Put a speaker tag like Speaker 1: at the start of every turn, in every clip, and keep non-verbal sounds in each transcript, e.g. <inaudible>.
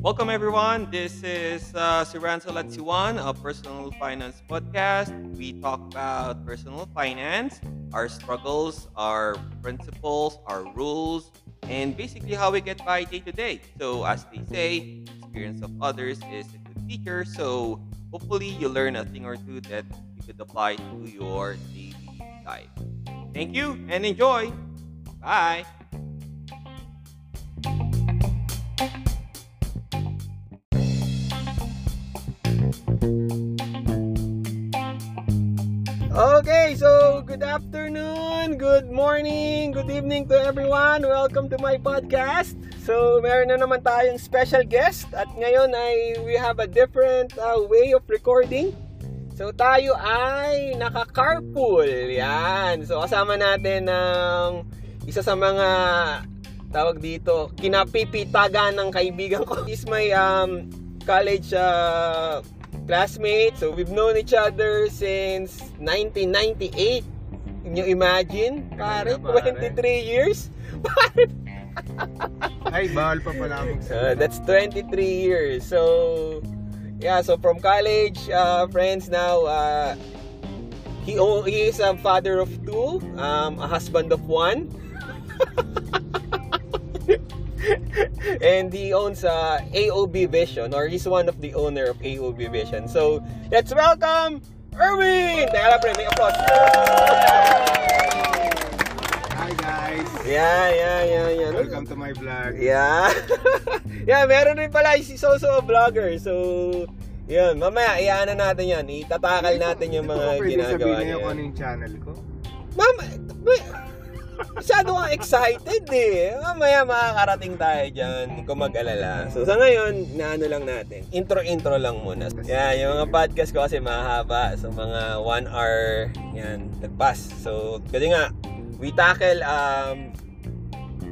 Speaker 1: Welcome, everyone. This is uh, si Ranzo Latsiwan, a personal finance podcast. We talk about personal finance, our struggles, our principles, our rules, and basically how we get by day to day. So, as they say, experience of others is a good teacher. So, hopefully, you learn a thing or two that you could apply to your daily life. Thank you and enjoy. Bye.
Speaker 2: Okay, so good afternoon, good morning, good evening to everyone. Welcome to my podcast. So, meron na naman tayong special guest at ngayon ay we have a different uh, way of recording. So, tayo ay naka-carpool. Yan. So, kasama natin ng isa sa mga tawag dito, kinapipitagan ng kaibigan ko. He's my um, college uh, classmate. So we've known each other since 1998. Can you imagine? Pare,
Speaker 3: Ganun na, pare.
Speaker 2: 23 years?
Speaker 3: Ay, bawal pa pala
Speaker 2: Uh, that's 23 years. So, yeah, so from college, uh, friends now, uh, he, o- he is a father of two, um, a husband of one. <laughs> and he owns uh, AOB Vision, or he's one of the owner of AOB Vision. So, let's welcome Erwin! Teka lang, pre, may applause.
Speaker 3: Hi guys!
Speaker 2: Yeah, yeah, yeah, yeah.
Speaker 3: Welcome to my vlog.
Speaker 2: Yeah. <laughs> yeah, meron rin pala si Soso vlogger. So, yun, mamaya iyaano natin yan. Itatakal natin yung mga ginagawa
Speaker 3: niya. Pwede sabihin niyo
Speaker 2: niya.
Speaker 3: kung ano yung channel ko?
Speaker 2: Ma'am, ma- masyado kang excited eh. Mamaya makakarating tayo dyan kung mag-alala. So, sa ngayon, naano lang natin. Intro-intro lang muna. Yeah, yung mga podcast ko kasi mahaba. So, mga one hour, yan, nagpas. So, kasi nga, we tackle um,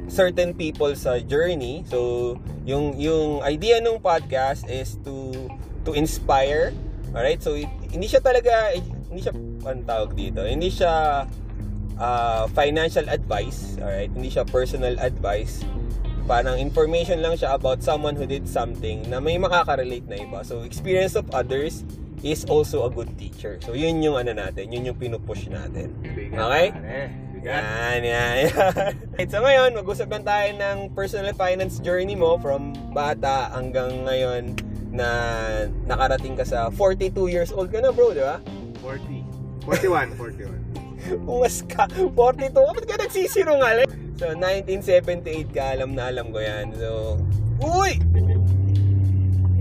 Speaker 2: certain people sa journey. So, yung yung idea ng podcast is to to inspire. Alright? So, it- hindi siya talaga hindi siya anong tawag dito. Hindi siya ah, financial advice, alright? Hindi siya personal advice. Parang information lang siya about someone who did something na may makaka-relate na iba. So, experience of others is also a good teacher. So, yun yung ano natin, yun yung pinupush natin.
Speaker 3: Bigat,
Speaker 2: Okay.
Speaker 3: pare. Bigat.
Speaker 2: Yan, yan, <laughs> yan. Right, so ngayon, mag-usap lang tayo ng personal finance journey mo from bata hanggang ngayon na nakarating ka sa 42 years old ka na bro, di ba? <laughs>
Speaker 3: 40. 41, 41.
Speaker 2: Ungas ka, 42, ba't ka nagsisirungaling? So, 1978 ka, alam na alam ko yan. So, uy!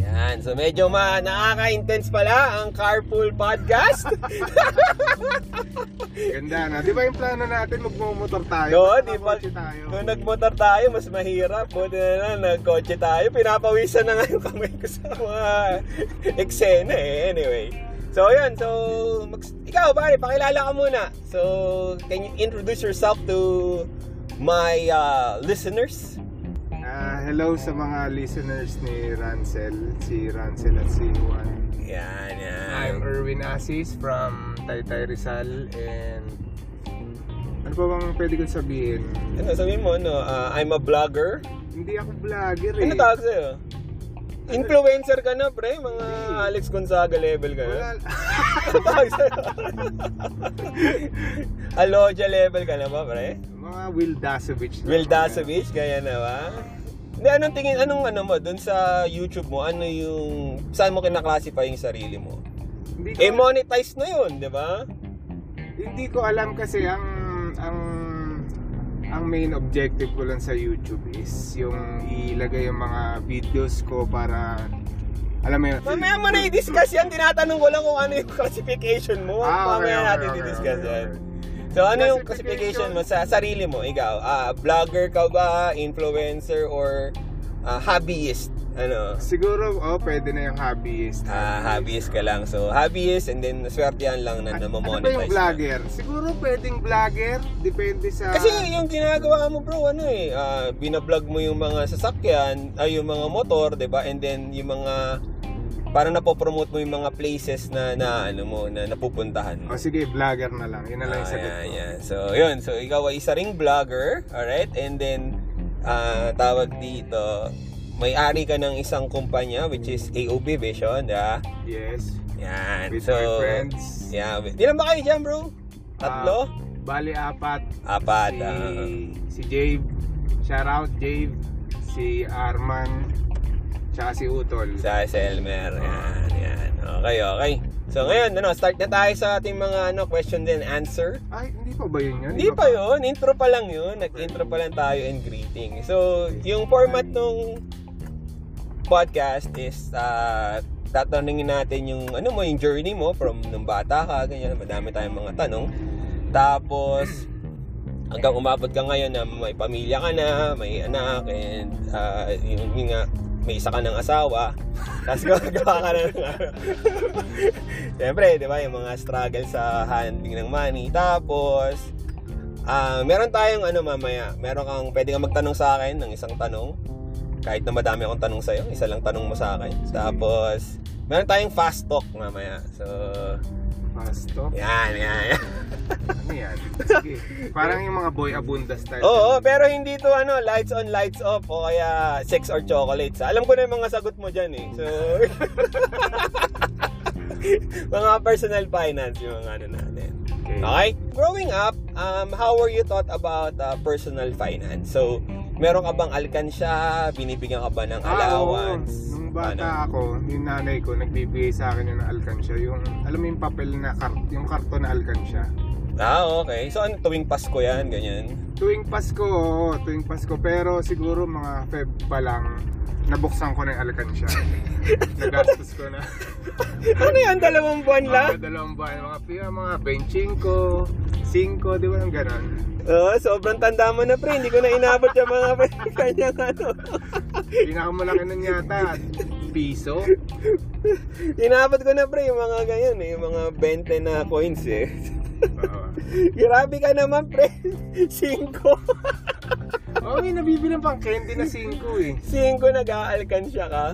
Speaker 2: Yan, so medyo ma nakaka-intense pala ang Carpool Podcast. <laughs>
Speaker 3: Ganda na. Di ba yung plano natin magmumotor tayo?
Speaker 2: Oo, di ba?
Speaker 3: Magkakotse tayo.
Speaker 2: Kung nagmotor tayo, mas mahirap. Buti na na, nagkotse tayo. Pinapawisan na nga yung kamay ko sa mga eksena eh. Anyway. So, yun. So, mag- ikaw, pare, pakilala ka muna. So, can you introduce yourself to my uh, listeners?
Speaker 3: Ah, hello sa mga listeners ni Rancel, si Rancel at si Juan.
Speaker 2: Yan, yan.
Speaker 3: I'm Erwin Asis from Taytay Rizal and ano pa bang pwede kong sabihin?
Speaker 2: Ano, sabihin mo, ano, uh, I'm a vlogger.
Speaker 3: Hindi ako vlogger eh.
Speaker 2: Ano tawag sa'yo? Influencer ka na, pre. Mga Alex Gonzaga level ka na.
Speaker 3: Wala.
Speaker 2: Ano tawag sa'yo? <laughs> Aloja level ka na ba, pre?
Speaker 3: Mga Will Dasovich. lang.
Speaker 2: Wildasovich, kaya na ba? Hindi, anong tingin, anong ano mo, dun sa YouTube mo, ano yung, saan mo kinaklasify yung sarili mo?
Speaker 3: Hindi ko,
Speaker 2: Eh, monetize na yun, di ba?
Speaker 3: hindi ko alam kasi ang ang ang main objective ko lang sa YouTube is yung ilagay yung mga videos ko para alam mo yun.
Speaker 2: Mamaya mo na i-discuss yan, tinatanong ko lang kung ano yung classification mo.
Speaker 3: Ah, okay,
Speaker 2: Mamaya
Speaker 3: okay,
Speaker 2: natin
Speaker 3: okay,
Speaker 2: i-discuss
Speaker 3: okay,
Speaker 2: yan.
Speaker 3: okay.
Speaker 2: So, ano yung classification
Speaker 3: Classification.
Speaker 2: mo sa sarili mo? Ikaw, ah, vlogger ka ba, influencer, or ah, hobbyist? Ano?
Speaker 3: Siguro, oh, pwede na yung hobbyist.
Speaker 2: Ah, hobbyist ka lang. So, hobbyist and then swertihan lang na
Speaker 3: Ano
Speaker 2: namamonetize.
Speaker 3: ba yung
Speaker 2: ka.
Speaker 3: vlogger? Siguro pwedeng vlogger, depende sa...
Speaker 2: Kasi yung ginagawa mo bro, ano eh, ah, binablog mo yung mga sasakyan, ay yung mga motor, 'di ba? And then yung mga parang napopromote mo yung mga places na, na ano mo, na napupuntahan mo.
Speaker 3: O Oh, Ah, sige, vlogger na lang. Yun na lang yung
Speaker 2: Ah,
Speaker 3: sagot
Speaker 2: yeah,
Speaker 3: ko.
Speaker 2: yeah. So, yun. So, ikaw ay isa ring vlogger, alright? And then, ah, tawag dito, may-ari ka ng isang kumpanya, which is AOB Vision, ah.
Speaker 3: Yes.
Speaker 2: Yan.
Speaker 3: With
Speaker 2: so,
Speaker 3: my friends.
Speaker 2: Yeah. with- Ilan ba kayo dyan, bro? Tatlo?
Speaker 3: Bali, apat.
Speaker 2: Apat,
Speaker 3: Si,
Speaker 2: ah.
Speaker 3: si Jave. Shout out, Jave. Si Arman. Tsaka si Utol.
Speaker 2: Sa Selmer. Yan, yan. Okay, okay. So, ngayon, ano, start na tayo sa ating mga ano, question then answer.
Speaker 3: Ay, hindi pa ba yun yun?
Speaker 2: Hindi
Speaker 3: Iba
Speaker 2: pa yun. Intro pa lang yun. Nag-intro pa lang tayo and greeting. So, yung format nung podcast is ah tatanungin natin yung ano mo, yung journey mo from nung bata ka, ganyan. Madami tayong mga tanong.
Speaker 3: <clears throat>
Speaker 2: Tapos, hanggang umabot ka ngayon na may pamilya ka na, may anak, and ah, yun, yun nga, may isa ka ng asawa. Tapos <laughs> gagawa ka na ng ano. <laughs> Siyempre, di ba, yung mga struggle sa handling ng money. Tapos, Ah, meron tayong ano mamaya. Meron kang pwede kang magtanong sa akin ng isang tanong. Kahit na madami akong tanong sa isa lang tanong mo sa akin. Tapos meron tayong fast talk mamaya. So,
Speaker 3: Fast
Speaker 2: <laughs>
Speaker 3: talk.
Speaker 2: yan, yan. yan.
Speaker 3: Ano yan? Sige. Parang yung mga boy abunda style.
Speaker 2: Oo, pero hindi to ano, lights on, lights off o kaya sex or chocolates. Alam ko na yung mga sagot mo diyan eh. So <laughs> mga personal finance yung mga ano natin.
Speaker 3: Okay.
Speaker 2: Okay? Growing up, um, how were you taught about uh, personal finance? So, meron ka bang alkansya? Binibigyan ka ba ng
Speaker 3: Ah, oo.
Speaker 2: allowance? Ano?
Speaker 3: Nung bata ako, yung nanay ko nagbibigay sa akin yun ng alkansya. Yung, alam mo yung papel na, kart, yung karton na alkansya.
Speaker 2: Ano? Ah, okay. So, ano, tuwing Pasko yan, ganyan? <laughs>
Speaker 3: Tuwing Pasko, oo, tuwing Pasko. Pero siguro mga Feb pa lang, nabuksan ko na yung
Speaker 2: <laughs>
Speaker 3: alkansya. Nagastos ko na.
Speaker 2: ano yan, dalawang buwan lang?
Speaker 3: Mga dalawang buwan, mga pia, mga 25, 5, di ba nang ganon?
Speaker 2: Oo, sobrang tanda mo na, pre. Hindi ko na inabot yung mga <laughs> kanyang ano.
Speaker 3: Pinakamalaki nun yata, piso.
Speaker 2: Inabot ko na, pre, yung mga ganyan eh. Yung mga 20 na coins eh. <laughs>
Speaker 3: Oo.
Speaker 2: Grabe ka naman, pre. <laughs> Cinco. <laughs>
Speaker 3: Oo, may nabibilang pang candy na 5 eh.
Speaker 2: Singko nag-aalkansya ka.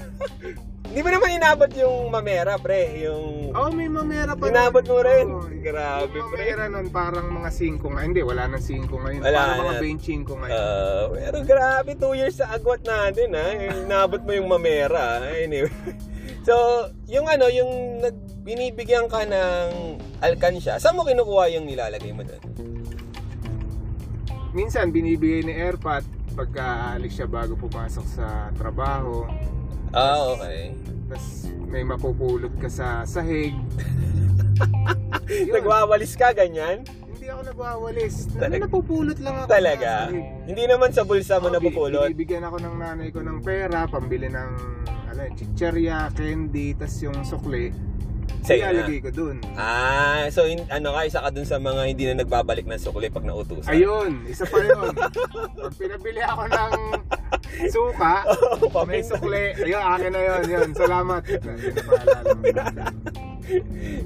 Speaker 2: <laughs> Hindi mo naman inabot yung mamera, pre. Yung...
Speaker 3: Oo, may mamera pa. nun.
Speaker 2: Inabot mo rin.
Speaker 3: Oo.
Speaker 2: Grabe,
Speaker 3: Oh, Yung
Speaker 2: pre.
Speaker 3: mamera nun parang mga 5 nga. Hindi, wala nang 5 ngayon.
Speaker 2: Wala
Speaker 3: parang mga
Speaker 2: na.
Speaker 3: 25 ngayon.
Speaker 2: Ah, pero grabe, two years sa agwat natin, ha? Inabot mo yung mamera. ah. Anyway. <laughs> So, yung ano, yung nag binibigyan ka ng alkansya, saan mo kinukuha yung nilalagay mo doon?
Speaker 3: Minsan, binibigay ni Airpat pagkaalis siya bago pumasok sa trabaho.
Speaker 2: Ah, okay.
Speaker 3: Tapos may mapupulot ka sa sahig. Yun.
Speaker 2: Nagwawalis ka, ganyan?
Speaker 3: Hindi ako nagwawalis. Ano,
Speaker 2: Talag-
Speaker 3: napupulot lang ako.
Speaker 2: Talaga?
Speaker 3: Sa sahig.
Speaker 2: Hindi naman sa bulsa mo
Speaker 3: Oo, bi-
Speaker 2: napupulot.
Speaker 3: Binibigyan ako ng nanay ko ng pera, pambili ng ano, chicherya, candy, tas yung sukle.
Speaker 2: Sa'yo na.
Speaker 3: Ilalagay ko dun.
Speaker 2: Ah, so in, ano ka, isa ka dun sa mga hindi na nagbabalik ng sukli pag nautusan. <laughs>
Speaker 3: Ayun, isa pa yun. Pag pinabili ako ng suka,
Speaker 2: Oo,
Speaker 3: may
Speaker 2: paminta.
Speaker 3: sukle. Ayun, akin na yun. Yun, salamat. Ayun, paalala mo.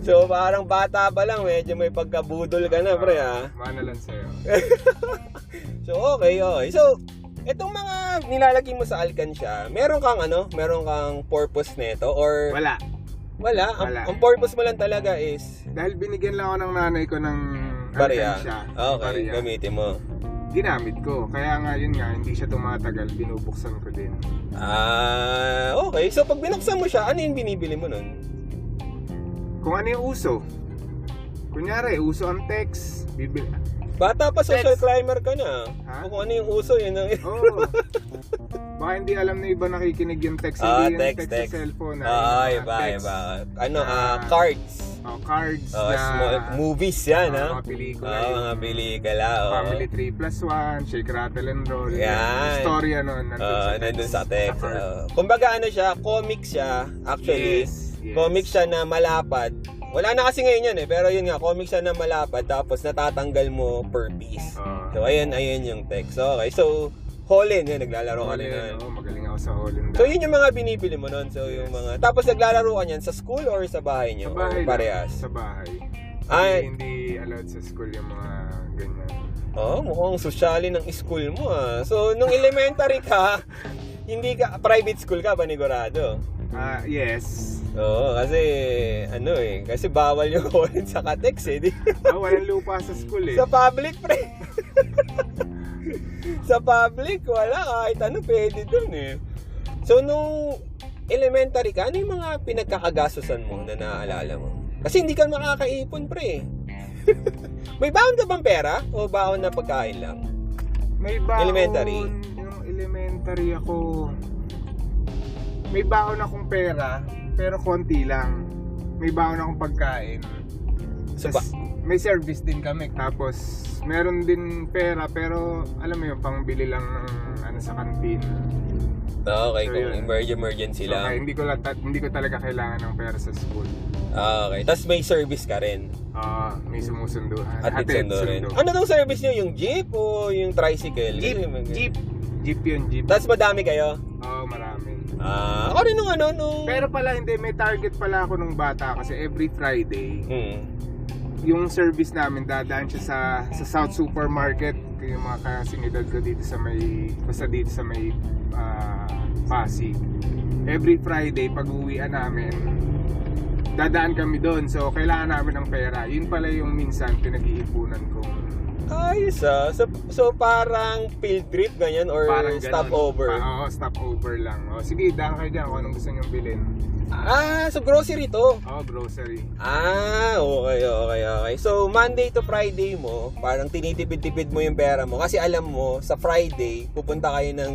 Speaker 2: So parang bata pa lang, medyo may pagkabudol ka na, pre ah. ha.
Speaker 3: Mana lang sa'yo.
Speaker 2: <laughs> So okay, okay. So, itong mga nilalagay mo sa alkansya, meron kang ano, meron kang purpose nito or
Speaker 3: Wala.
Speaker 2: wala? Ang,
Speaker 3: wala.
Speaker 2: ang purpose mo lang talaga is
Speaker 3: Dahil binigyan lang ako ng nanay ko ng
Speaker 2: bariya. Ah,
Speaker 3: alkansya.
Speaker 2: Okay,
Speaker 3: Barya.
Speaker 2: gamitin mo.
Speaker 3: Ginamit ko. Kaya nga yun nga, hindi siya tumatagal. Binubuksan ko din.
Speaker 2: Ah, okay. So pag binuksan mo siya, ano yung binibili mo nun?
Speaker 3: Kung ano yung uso. Kunyari, uso ang text. Bibili.
Speaker 2: Bata pa social
Speaker 3: Sex.
Speaker 2: climber ka na.
Speaker 3: Ha? Oh,
Speaker 2: Kung ano yung uso, yun ang... <laughs>
Speaker 3: Oo. Baka hindi alam na iba nakikinig yung text.
Speaker 2: Ah,
Speaker 3: hindi yung
Speaker 2: text,
Speaker 3: text,
Speaker 2: text.
Speaker 3: sa cellphone. ah.
Speaker 2: Ah,
Speaker 3: Yung mga
Speaker 2: iba,
Speaker 3: text.
Speaker 2: iba. Ano, ah,
Speaker 3: Ah,
Speaker 2: cards.
Speaker 3: Oh, cards
Speaker 2: Oh,
Speaker 3: na
Speaker 2: small movies yan, ha?
Speaker 3: ah, mga pelikula
Speaker 2: Oo,
Speaker 3: yun.
Speaker 2: mga pelikula. oo.
Speaker 3: Family 3 plus 1, Shake Rattle and Roll. ano,
Speaker 2: Yan.
Speaker 3: Storya nun.
Speaker 2: Oo, Oh, nandun sa text.
Speaker 3: card. <laughs>
Speaker 2: oo. Kumbaga ano siya, comic siya, actually.
Speaker 3: yes, yes.
Speaker 2: Comic siya na malapad. Wala na kasi ngayon yun eh, pero yun nga, comic siya na malapad tapos natatanggal mo per piece.
Speaker 3: Oo.
Speaker 2: So, ayun, ayun yung text. Okay, so, Holin, yun, naglalaro ka na
Speaker 3: Hole yun,
Speaker 2: nun.
Speaker 3: oo, magaling ako sa hole yun.
Speaker 2: So, yun yung mga binibili mo nun. So, yung mga... Tapos, naglalaro ka niyan sa school or sa bahay
Speaker 3: sa
Speaker 2: niyo?
Speaker 3: bahay.
Speaker 2: Or
Speaker 3: lang,
Speaker 2: parehas?
Speaker 3: Sa bahay.
Speaker 2: Ay,
Speaker 3: Hindi, hindi allowed sa school yung mga ganyan.
Speaker 2: Oh, mukhang sosyalin ng school mo ah. So, nung elementary ka, hindi ka, private school ka, panigurado.
Speaker 3: Ah, yes.
Speaker 2: Oo, kasi ano eh, kasi bawal yung <laughs> orange sa Katex eh. Di?
Speaker 3: Ah, walang lupa sa school eh.
Speaker 2: Sa public, pre. <laughs> sa public, wala kahit ano pwede dun eh. So, nung elementary ka, ano yung mga pinagkakagastusan mo na naaalala mo? Kasi hindi ka makakaipon, pre. <laughs> May baon ka bang pera? O baon na pagkain lang?
Speaker 3: May baon.
Speaker 2: Elementary.
Speaker 3: Yung elementary ako. May baon akong pera, pero konti lang. May baon akong pagkain.
Speaker 2: So,
Speaker 3: Tas may service din kami. Tapos, meron din pera, pero alam mo yun, pangbili lang ng ano sa kantin.
Speaker 2: ba- Ah, okay,
Speaker 3: So,
Speaker 2: kung
Speaker 3: yun.
Speaker 2: emergency, emergency
Speaker 3: So, kaya
Speaker 2: lang.
Speaker 3: hindi ko, lata, hindi ko talaga kailangan ng pera sa school.
Speaker 2: Ah, Okay. Tapos may service ka rin.
Speaker 3: Ah, may sumusundo.
Speaker 2: At Nintendo rin.
Speaker 3: sundo.
Speaker 2: Ano tong service nyo? Yung jeep o yung tricycle?
Speaker 3: Jeep,
Speaker 2: Kasi may-
Speaker 3: jeep. Jeep yun, jeep.
Speaker 2: Tapos madami kayo?
Speaker 3: Oo, marami.
Speaker 2: Ah, ako rin nung ano, nung...
Speaker 3: Pero pala hindi, may target pala ako nung bata kasi every Friday,
Speaker 2: Hmm.
Speaker 3: yung service namin dadaan siya sa, sa South Supermarket. Yung mga kasinidad ko dito sa may, basta dito sa may ah, Pasig. Every Friday, pag uwian namin, dadaan kami doon. So, kailangan namin ng pera. Yun pala yung minsan pinag-iipunan kong
Speaker 2: Ayos ah. So, so parang field trip ganyan or
Speaker 3: parang ganun.
Speaker 2: stopover?
Speaker 3: Pa- Oo, stopover lang. O, sige, daan kayo dyan kung anong gusto niyong bilhin.
Speaker 2: Ah, so grocery to.
Speaker 3: Oo, grocery.
Speaker 2: Ah, okay, okay, okay. So, Monday to Friday mo, parang tinitipid-tipid mo yung pera mo. Kasi alam mo, sa Friday, pupunta kayo ng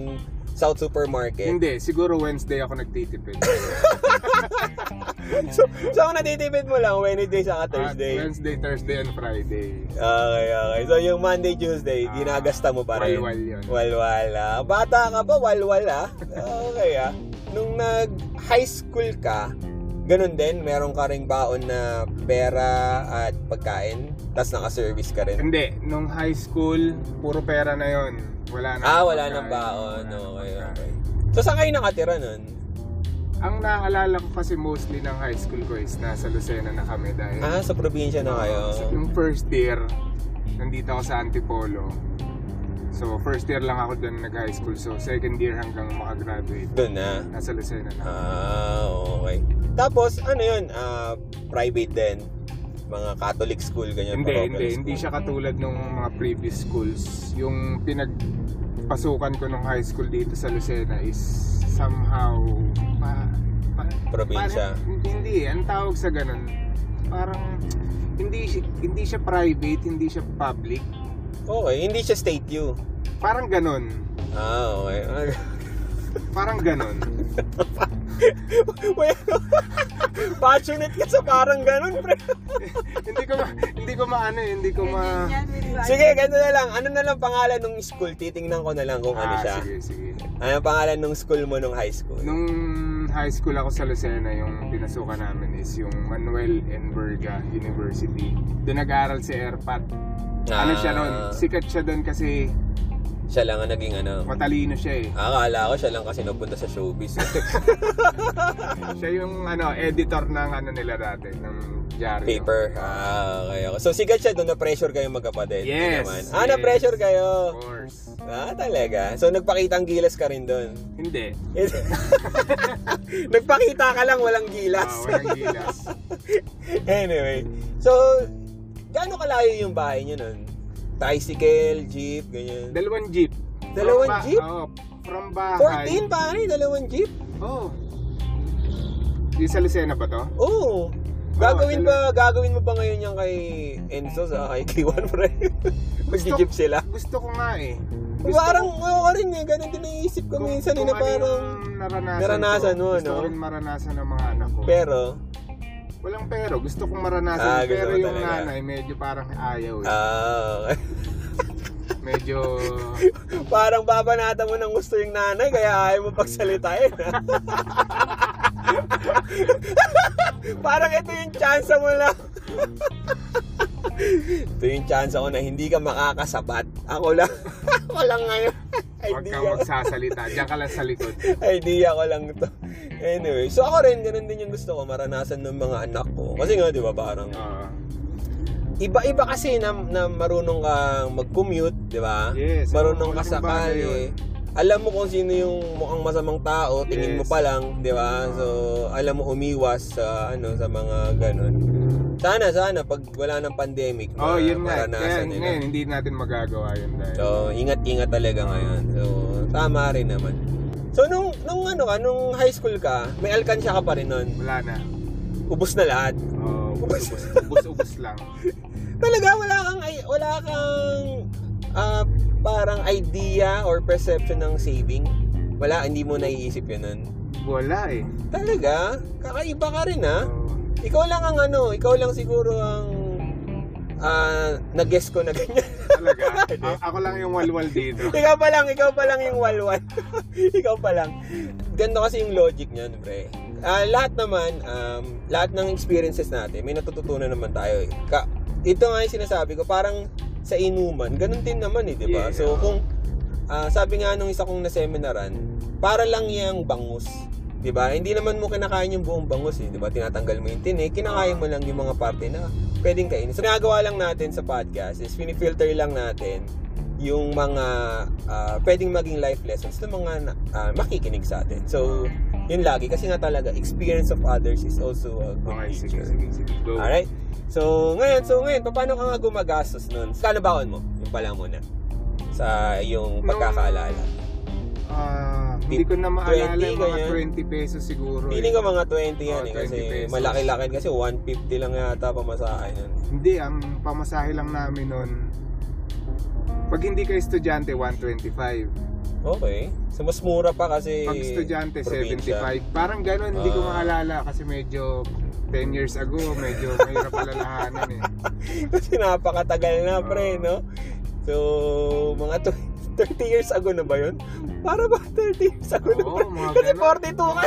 Speaker 2: South Supermarket.
Speaker 3: Hindi, siguro Wednesday ako nagtitipid.
Speaker 2: <laughs> so, so, ang natitipid mo lang, Wednesday sa
Speaker 3: Ah,
Speaker 2: Thursday.
Speaker 3: Wednesday, Thursday, and Friday.
Speaker 2: Okay, okay. So, yung Monday, Tuesday,
Speaker 3: Ah,
Speaker 2: ginagasta mo pa rin.
Speaker 3: Walwal yun.
Speaker 2: Oh. Walwala. Bata ka ba? Walwala. Okay ah. Nung nag high school ka, ganun din, meron ka ring baon na pera at pagkain, tapos naka-service ka rin.
Speaker 3: Hindi, nung high school, puro pera na yon. Wala na.
Speaker 2: Ah, wala
Speaker 3: pagkain,
Speaker 2: nang baon.
Speaker 3: wala nang
Speaker 2: Okay,
Speaker 3: pagkain.
Speaker 2: okay. So, saan kayo nakatira nun?
Speaker 3: Ang naalala ko kasi mostly ng high school ko is nasa Lucena na kami dahil
Speaker 2: Ah, sa probinsya na kayo.
Speaker 3: So, yung first year, nandito ako sa Antipolo. So, first year lang ako dyan nag-high school. So, second year hanggang makagraduate,
Speaker 2: Doon na.
Speaker 3: nasa Lucena na.
Speaker 2: Ah, okay. Tapos, ano yun? Ah, private din. Mga Catholic school, ganyan.
Speaker 3: Hindi,
Speaker 2: parochial
Speaker 3: hindi.
Speaker 2: school.
Speaker 3: Hindi siya katulad nung mga previous schools. Yung pinagpasukan ko nung high school dito sa Lucena is somehow pa, pa,
Speaker 2: Probinsya.
Speaker 3: parang- hindi, ang tawag sa ganun. Parang hindi si- hindi siya private, hindi siya public.
Speaker 2: Okay, hindi siya state U.
Speaker 3: Parang ganun.
Speaker 2: Ah, okay. <laughs>
Speaker 3: Parang ganun. <laughs>
Speaker 2: Well, passionate ka sa parang ganun, pre.
Speaker 3: hindi ko ma, hindi ko maano, eh, hindi ko ma
Speaker 2: Sige, ganito na lang. Ano na lang pangalan ng school? Titingnan ko na lang kung ano
Speaker 3: Ah,
Speaker 2: siya.
Speaker 3: sige, sige.
Speaker 2: Ano ang pangalan ng school mo nung high school?
Speaker 3: Nung high school ako sa Lucena, yung pinasukan namin is yung Manuel N. Verga University. Doon nag-aaral si Erpat. Ano siya nun? Sikat siya doon kasi
Speaker 2: Ah, Siya lang ang naging ano.
Speaker 3: matalino siya eh.
Speaker 2: Akala ko siya lang kasi napunta sa showbiz. <laughs> Ah.
Speaker 3: Siya yung ano, editor ng ano nila dati, ng diaryo.
Speaker 2: Paper. Ah, okay. okay. So, sigat siya doon. Na-pressure kayong magkapatid. Hindi
Speaker 3: Yes,
Speaker 2: naman. Ah,
Speaker 3: yes.
Speaker 2: na-pressure kayo.
Speaker 3: Of course.
Speaker 2: Ah, talaga. So, nagpakitang gilas ka rin
Speaker 3: <laughs>
Speaker 2: doon. <laughs>
Speaker 3: Hindi.
Speaker 2: Nagpakita ka lang, walang gilas.
Speaker 3: Ah, walang
Speaker 2: <laughs>
Speaker 3: gilas.
Speaker 2: anyway, so, gaano kalayo yung bahay niyo nun? Tricycle, jeep, ganyan.
Speaker 3: Dalawang jeep.
Speaker 2: Dalawang
Speaker 3: From ba-
Speaker 2: jeep?
Speaker 3: Oo. from bahay.
Speaker 2: 14 pare, dalawang jeep?
Speaker 3: Oo. Yung sa Lucena ba to?
Speaker 2: Oo. Gagawin ba, gagawin mo ba ngayon yan kay Enzo sa kay K1 pre? Mag-jeep sila.
Speaker 3: <laughs> Gusto ko nga eh. Gusto
Speaker 2: Parang ako rin eh, ganun din naisip ko minsan eh, na
Speaker 3: ano yung
Speaker 2: parang...
Speaker 3: naranasan,
Speaker 2: naranasan
Speaker 3: ko.
Speaker 2: mo,
Speaker 3: Gusto ko
Speaker 2: no?
Speaker 3: rin maranasan ng mga anak ko.
Speaker 2: Pero,
Speaker 3: Walang pero. Gusto kong maranasan.
Speaker 2: Ah, gusto
Speaker 3: pero
Speaker 2: mo
Speaker 3: yung
Speaker 2: talaga.
Speaker 3: nanay, medyo parang ayaw eh.
Speaker 2: ah, <laughs>
Speaker 3: Medyo...
Speaker 2: parang babanata mo ng gusto yung nanay, kaya ayaw mo pagsalitain. <laughs> ah. parang ito yung chance mo lang. <laughs> ito yung chance ko na hindi ka makakasabat. Ako lang. <laughs> ako lang ngayon.
Speaker 3: Huwag
Speaker 2: Idea,
Speaker 3: kang magsasalita. Diyan ka lang sa
Speaker 2: <laughs>
Speaker 3: likod.
Speaker 2: idea ko lang to. Anyway, so ako rin, ganun din yung gusto ko maranasan ng mga anak ko. Kasi nga, di ba, parang
Speaker 3: Oo.
Speaker 2: iba-iba kasi na, na marunong kang mag-commute, di ba?
Speaker 3: yes.
Speaker 2: marunong ka
Speaker 3: malaking
Speaker 2: sa
Speaker 3: bagay yun.
Speaker 2: kali. alam mo kung sino yung mukhang masamang tao, tingin mo
Speaker 3: Yes. Ah.
Speaker 2: pa lang, di ba? So, alam mo umiwas sa ano sa mga ganun. Sana, sana, pag wala ng pandemic,
Speaker 3: Oh,
Speaker 2: ma-
Speaker 3: yun nga. Kaya
Speaker 2: Ah, maranasan nila.
Speaker 3: ngayon, hindi natin magagawa yun dahil.
Speaker 2: So, ingat-ingat talaga ngayon. So, tama rin naman. So, nung, nung ano ka, nung high school ka, may alkansya ka pa rin nun.
Speaker 3: Wala na.
Speaker 2: Ubus na lahat.
Speaker 3: Oh, ubus, ubus, ubus, ubus lang.
Speaker 2: Talaga, wala kang, ay- wala kang, ah, parang idea or perception ng saving. Wala, hindi mo naiisip yun nun.
Speaker 3: Wala eh.
Speaker 2: Talaga? Kakaiba ka rin, ha?
Speaker 3: Oh.
Speaker 2: Ikaw lang ang ano, ikaw lang siguro ang, ah, nag-guess ko na ganyan.
Speaker 3: Oh, Talaga.
Speaker 2: <laughs>
Speaker 3: A- ako lang yung walwal dito.
Speaker 2: ikaw pa lang, ikaw pa lang yung walwal. <laughs> ikaw pa lang. Ganito kasi yung logic niyan, pre. Ah, lahat naman, um, lahat ng experiences natin, may natututunan naman tayo. eh. Ka ito nga yung sinasabi ko, parang sa inuman, ganun din naman eh, di ba?
Speaker 3: Yeah.
Speaker 2: So, kung ah, sabi nga nung isa kong naseminaran, para lang yung bangus. Di ba? Hindi naman mo kinakain yung buong bangus eh. Di ba? Tinatanggal mo yung tinik, kinakain mo lang yung mga parte na pwedeng kainin. So, ginagawa lang natin sa podcast is pinifilter lang natin yung mga ah, pwedeng maging life lessons ng mga na- ah, makikinig sa atin. So, yun lagi. Kasi nga talaga, experience of others is also a good
Speaker 3: Okay, sige,
Speaker 2: teacher.
Speaker 3: sige, sige. Go.
Speaker 2: Alright? So, ngayon, so ngayon, paano ka nga gumagastos nun? Kano baon mo? Yung pala muna. Sa yung pagkakaalala.
Speaker 3: Ah, hindi ko na maalala
Speaker 2: 20,
Speaker 3: yung mga
Speaker 2: ganyan.
Speaker 3: 20 pesos siguro.
Speaker 2: Feeling
Speaker 3: eh.
Speaker 2: ko mga 20 yan eh.
Speaker 3: Oh,
Speaker 2: Kasi
Speaker 3: 20 pesos.
Speaker 2: malaki-laki kasi 150 lang yata pamasahin nun.
Speaker 3: Hindi, ang pamasahe lang namin nun, pag hindi ka estudyante, 125.
Speaker 2: Okay. So, mas mura pa kasi
Speaker 3: Pag estudyante,
Speaker 2: Eh, probinsya.
Speaker 3: 75. Parang ganun, hindi ko
Speaker 2: Ah.
Speaker 3: maalala kasi medyo 10 years ago, medyo mahirap alalahanan eh.
Speaker 2: <laughs> kasi napakatagal na,
Speaker 3: Ah.
Speaker 2: pre, no? So, mga <laughs> 20 30 years ago na ba yun? Para ba 30 years ago na
Speaker 3: Oo,
Speaker 2: pre?
Speaker 3: mga
Speaker 2: Kasi 42
Speaker 3: ganun.
Speaker 2: ka.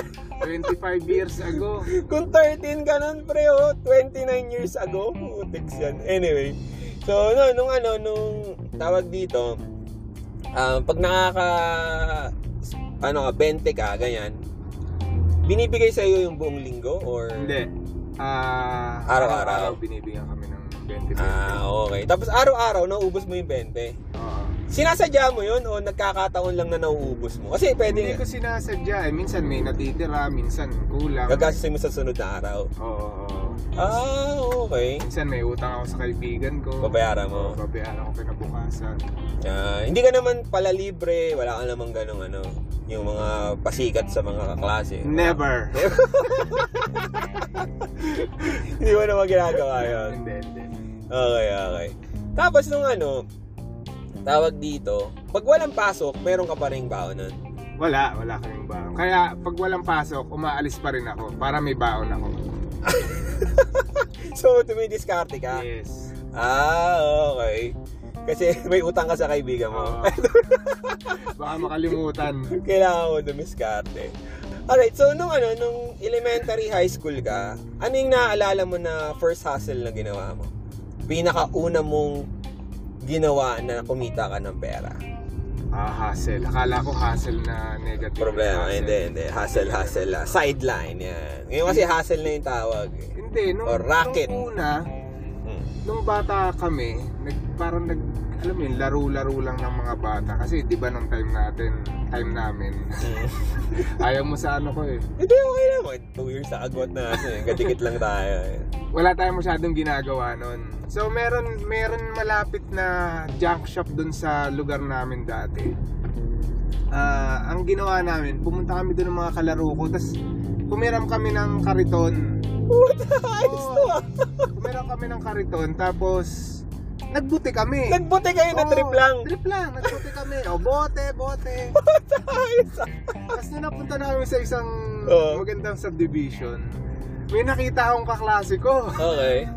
Speaker 3: 25 years ago.
Speaker 2: Kung 13 ganun pre, oh, 29 years ago. Putix yan. Anyway. So, no, nung ano, nung tawag dito, ah, pag nakaka, ano ka, 20 ka, ganyan, binibigay sa'yo yung buong linggo or...
Speaker 3: Hindi. Ah,
Speaker 2: Araw-araw.
Speaker 3: binibigyan kami ng 20 pesos.
Speaker 2: Ah, okay. Tapos araw-araw, nauubos mo yung 20.
Speaker 3: Oo.
Speaker 2: Sinasadya mo yun o nagkakataon lang na nauubos mo? Kasi
Speaker 3: Hindi
Speaker 2: pwede
Speaker 3: ko sinasadya eh. Minsan may natitira, minsan kulang.
Speaker 2: gagastusin mo sa sunod na araw.
Speaker 3: Oo. oo.
Speaker 2: Ah, okay.
Speaker 3: Minsan may utang ako sa kaibigan ko.
Speaker 2: Babayaran mo.
Speaker 3: Babayaran ko kinabukasan.
Speaker 2: Ah, hindi ka naman pala libre, wala ka namang ganong ano, yung mga pasikat sa mga kaklase.
Speaker 3: Never.
Speaker 2: <laughs> hindi mo naman ginagawa yun.
Speaker 3: Hindi, hindi.
Speaker 2: Okay, okay. Tapos nung ano, tawag dito, pag walang pasok, meron ka pa rin baon nun. <laughs>
Speaker 3: Wala, wala kaming baon. Kaya pag walang pasok, umaalis pa rin ako para may baon ako.
Speaker 2: So, tumidiskarte ka.
Speaker 3: Yes.
Speaker 2: Ah, okay. Kasi <laughs> may utang ka sa kaibigan mo.
Speaker 3: Oo. <laughs> baka makalimutan.
Speaker 2: Kailangan mo dumiskarte. Alright, so nung ano, nung elementary high school ka, ano yung naaalala mo na first hustle na ginawa mo? Pinakauna mong ginawa na kumita ka ng pera.
Speaker 3: Ah, hassle. Akala ko hassle na negative.
Speaker 2: Problema,
Speaker 3: Hassle.
Speaker 2: hindi, hindi. Hustle, hustle. ah. Sideline, yan. Ngayon kasi hustle na yung tawag. eh.
Speaker 3: Hindi, nung,
Speaker 2: Or racket.
Speaker 3: nung una,
Speaker 2: Hmm.
Speaker 3: nung bata kami, nag, parang nag, alam mo yun, laro-laro lang ng mga bata. Kasi di ba nung time natin, time namin, <laughs>
Speaker 2: Hmm.
Speaker 3: ayaw mo sa ano ko eh.
Speaker 2: Hindi, okay lang. Mga Two years na agot na. ano, eh. Gadikit lang tayo. eh.
Speaker 3: Wala tayong masyadong ginagawa nun. So meron, meron malapit na junk shop dun sa lugar namin dati. Ah, ang ginawa namin, pumunta kami dun ng mga kalaro ko, tapos kumiram kami ng kariton.
Speaker 2: What the ayos to ah.
Speaker 3: Kumiram kami ng kariton, tapos nagbuti kami.
Speaker 2: Nagbuti kayo na trip
Speaker 3: Oo,
Speaker 2: lang.
Speaker 3: Trip lang, nagbuti kami. O, bote, bote.
Speaker 2: Ayos ah.
Speaker 3: Tapos nung napunta namin sa isang
Speaker 2: Oo.
Speaker 3: magandang subdivision, may nakita akong kaklase ko.
Speaker 2: <laughs> Okay.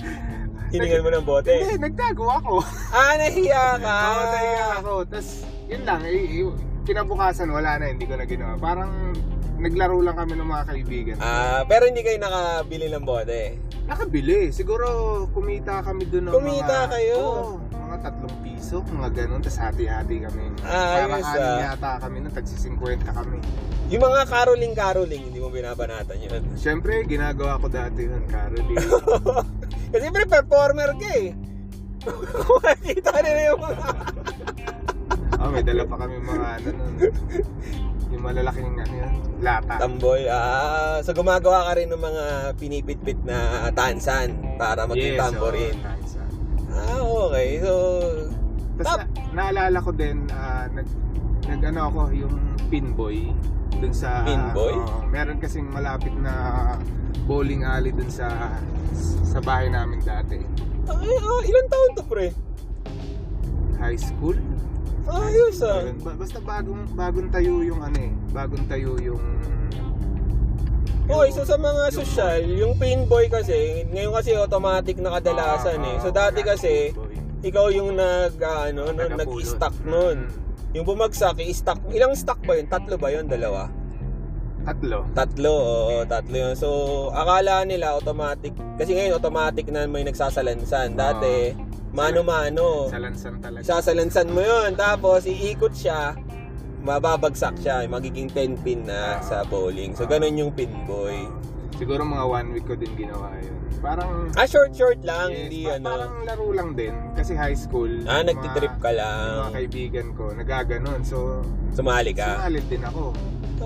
Speaker 2: Hiningan mo ng bote.
Speaker 3: Hindi, nagtago ako.
Speaker 2: Ah, nahiya ka.
Speaker 3: Oo, tayo
Speaker 2: Ah.
Speaker 3: ako. Tapos, yun lang, eh, eh, kinabukasan wala na, hindi ko na ginawa. Parang naglaro lang kami ng mga kaibigan.
Speaker 2: Ah, pero hindi kayo nakabili ng bote.
Speaker 3: Nakabili. Siguro kumita kami doon ng
Speaker 2: Kumita
Speaker 3: mga,
Speaker 2: kayo?
Speaker 3: Oo, mga tatlong piso, mga ganun. Tapos hati-hati kami.
Speaker 2: Ah,
Speaker 3: Parang
Speaker 2: ayos,
Speaker 3: anim
Speaker 2: ah.
Speaker 3: yata kami na tagsi-50 kami.
Speaker 2: Yung mga caroling-caroling, hindi mo binabanatan yun. <laughs>
Speaker 3: Siyempre, ginagawa ko dati yun, Caroline.
Speaker 2: Kasi pre, <laughs> performer ka eh. Makikita nila yung mga...
Speaker 3: Ang Oh, may dala pa kami mga ano nun. Yung malalaking ano yun, lata.
Speaker 2: Tamboy. Ah, so gumagawa ka rin ng mga pinipitpit na tansan para maging tamborin.
Speaker 3: oo, tansa.
Speaker 2: Ah, okay. So,
Speaker 3: Tapos
Speaker 2: Tap.
Speaker 3: na, naalala ko din, ah, nag, nag ano ako, yung pinboy. Dun sa...
Speaker 2: Pinboy?
Speaker 3: oo, meron kasing malapit na bowling alley dun sa sa bahay namin dati.
Speaker 2: ay, ah, ilan taon to, pre?
Speaker 3: High school?
Speaker 2: Ayos ah.
Speaker 3: Ayun, ba- basta bagong bagong tayo yung ano eh, bagong tayo yung
Speaker 2: Okay, so Oh, sa mga social, yung pinboy kasi, ngayon kasi automatic na kadalasan eh. So dati kasi, ikaw yung nag, ah, ano, no, nag-stock nun.
Speaker 3: Mm.
Speaker 2: Yung bumagsak, i-stock. Ilang stock ba yun? Tatlo ba yun? Dalawa?
Speaker 3: Tatlo.
Speaker 2: Tatlo, oo, tatlo yun. So, akala nila automatic. Kasi ngayon, automatic na may nagsasalansan. Dati, mano-mano.
Speaker 3: Ah. Salansan talaga.
Speaker 2: Sasalansan mo yun. Tapos, iikot siya. Mababagsak siya. Magiging 10 pin na
Speaker 3: Ah.
Speaker 2: sa bowling. So, ganun yung pinboy.
Speaker 3: Siguro mga one week ko din ginawa yun. Parang
Speaker 2: Ah, short-short lang.
Speaker 3: yes,
Speaker 2: hindi,
Speaker 3: pa-
Speaker 2: ano.
Speaker 3: Parang laro lang din kasi high school.
Speaker 2: Ah,
Speaker 3: yung
Speaker 2: nagtitrip ka
Speaker 3: mga- yung Mga
Speaker 2: lang.
Speaker 3: kaibigan ko, nagaganon. So,
Speaker 2: Sumali ka.
Speaker 3: sumalit din ako.